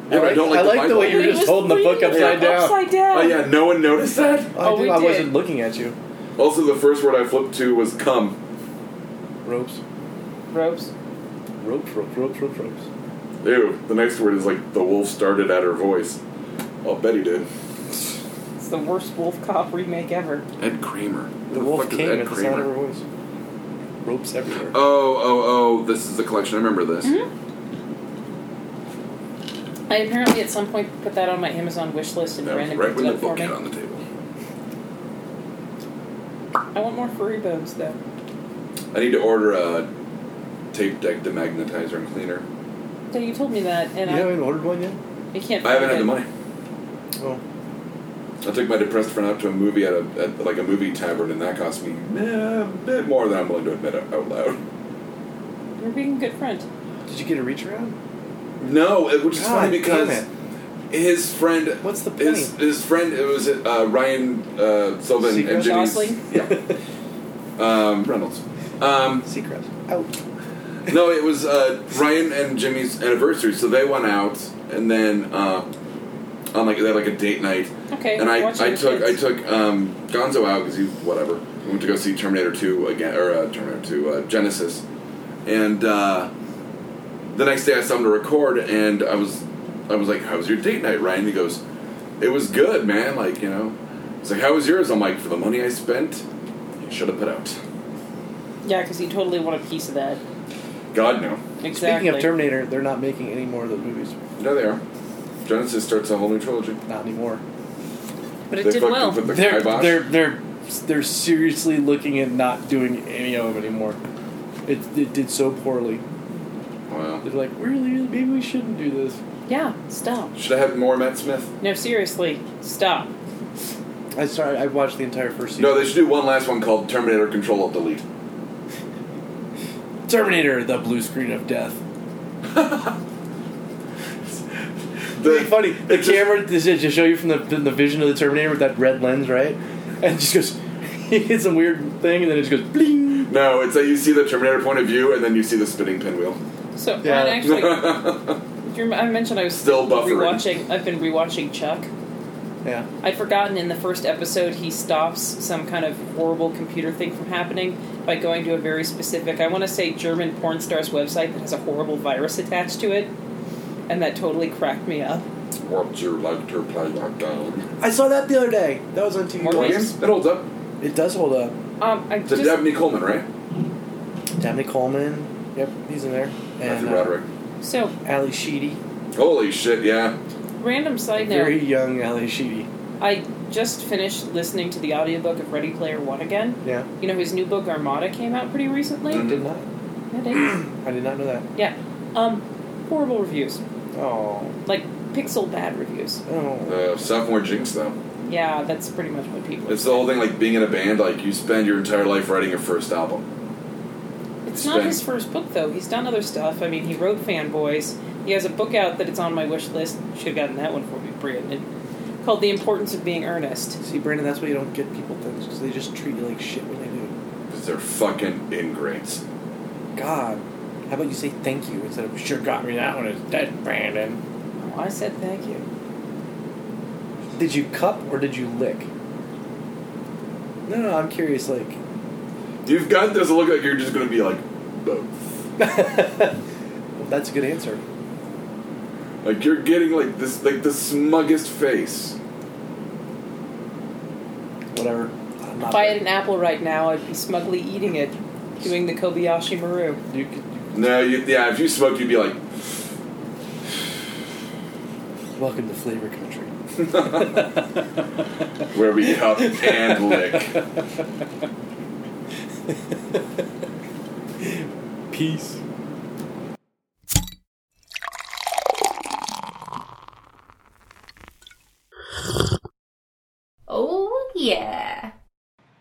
Yeah, but I don't like
I
the
like the
Bible.
way you were
But he
just
was
holding the book
reading it
upside down.
Upside down.
Oh yeah, no one noticed that.
I,
Oh,
did-
we
I
did.
wasn't looking at you.
Also, the first word I flipped to was "come."
Ropes.
Ropes.
Ropes, ropes, ropes, ropes, ropes.
Ew. The next word is like the wolf started at her voice. I'll bet he did.
It's the worst Wolf Cop remake ever.
Ed Kramer. Who
The wolf
fuck is
came
Ed
at the
Kramer?
sound of her voice. Ropes everywhere.
Oh, oh, oh! This is the collection. I remember this.
Mm-hmm. I apparently at some point put that on my Amazon wish list and
That was
Brandon
right
picked
when
it
the
up for
book
me.
hit on the table.
I want more furry bones though.
I need to order a tape deck demagnetizer and cleaner.
So you told me that,
you
and
haven't ordered one yet?
I, I can't.
I haven't had
find it.
the money.
Oh.
I took my depressed friend out to a movie at, a, at like a movie tavern, and that cost me eh, a bit more than I'm willing to admit out out loud.
You're being a good friend.
Did you get a reach around?
No, it, which is
God
funny because
damn
his friend,
What's the point? (laughs)
his, his friend, it was uh, Ryan uh, Sullivan
Secret
and Jenny's,
(laughs)
Gosling?
yeah, um, Reynolds. Um,
Secret.
Oh,
Out.
no, it was uh, Ryan and Jimmy's anniversary, so they went out, and then uh, on like they had like a date night,
Okay.
and I,
watch
I
your
took I
kids.
took um, Gonzo out because he's whatever. We went to go see Terminator Two again or uh, Terminator Two uh, Genesis, and uh, the next day I saw him to record, and I was I was like, "How was your date night, Ryan?" He goes, "It was good, man. Like you know." He's like, "How was yours?" I'm like, "For the money I spent, you should have put out."
Yeah, because you totally want a piece of that.
God no,
Exactly.
Speaking of Terminator, they're not making any more of those movies.
no they are. Genesis starts a whole new trilogy.
Not anymore.
But it
They
did
fucking
well.
put the
they're
kibosh.
they're they're they're seriously looking at not doing any of them anymore. It, it did so poorly.
Wow.
They're like, really, maybe we shouldn't do this.
yeah, stop.
Should I have more Matt Smith?
No, seriously, stop.
I sorry, I watched the entire first season.
No, they should do one last one called Terminator Control Alt Delete.
Terminator, the blue screen of death.
The-
Really funny. The
it's just-
camera does it just show you from the, from the vision of the Terminator with that red lens, right? And it just goes, (laughs) it hits some weird thing, and then it just goes bling.
No, it's that you see the Terminator point of view and then you see the spinning pinwheel.
So,
Yeah.
(laughs)
Ryan, actually, do you rem- I mentioned I was
Still buffering.
rewatching. I've been rewatching Chuck.
Yeah.
I'd forgotten in the first episode he stops some kind of horrible computer thing from happening by going to a very specific, I want to say German porn star's website that has a horrible virus attached to it, and that totally cracked me up.
Would you like to play that game?
I saw that the other day. That was on TV.
Morbius?
It holds up.
It does hold up.
Um, I
It's a
just
Dabney Coleman, right?
Daphne Coleman. Yep, he's in there. And
Matthew
uh,
Roderick.
so
Ali Sheedy.
Holy shit, yeah.
random side note.
Very young Ali Sheedy.
I just finished listening to the audiobook of Ready Player One again.
Yeah.
You know his new book Armada came out pretty recently.
Mhm.
Did not.
Yeah, it
I did not know that.
did. Yeah. Um, horrible reviews,
Oh.
like pixel bad reviews.
Oh.
Uh, sophomore jinx, though.
Yeah, that's pretty much what people.
It's the whole thing like being in a band, like you spend your entire life writing your first album.
It's not
Spin.
his first book, though. He's done other stuff. I mean, he wrote Fanboys. He has a book out that it's on my wish list. Should have gotten that one for me, Brandon. Called The Importance of Being Earnest.
See, Brandon, that's why you don't get people things because they just treat you like shit when they
Because they're fucking ingrates.
do. God, how about you say thank you instead of sure got me that one? It's dead, Brandon.
Oh, I said thank you.
Did you cup or did you lick? No, no, I'm curious. Like,
You've got this look like you're just going to be like both.
well, (laughs) that's a good answer.
Like you're getting like this like the smuggest face.
Whatever. I'm not
If I had an apple right now, I'd be smugly eating it, doing the Kobayashi Maru.
You could,
No, you, yeah. If you smoked, you'd be like,
welcome to flavor country. (laughs)
where we cup and lick.
Peace.
Oh, yeah.
(laughs)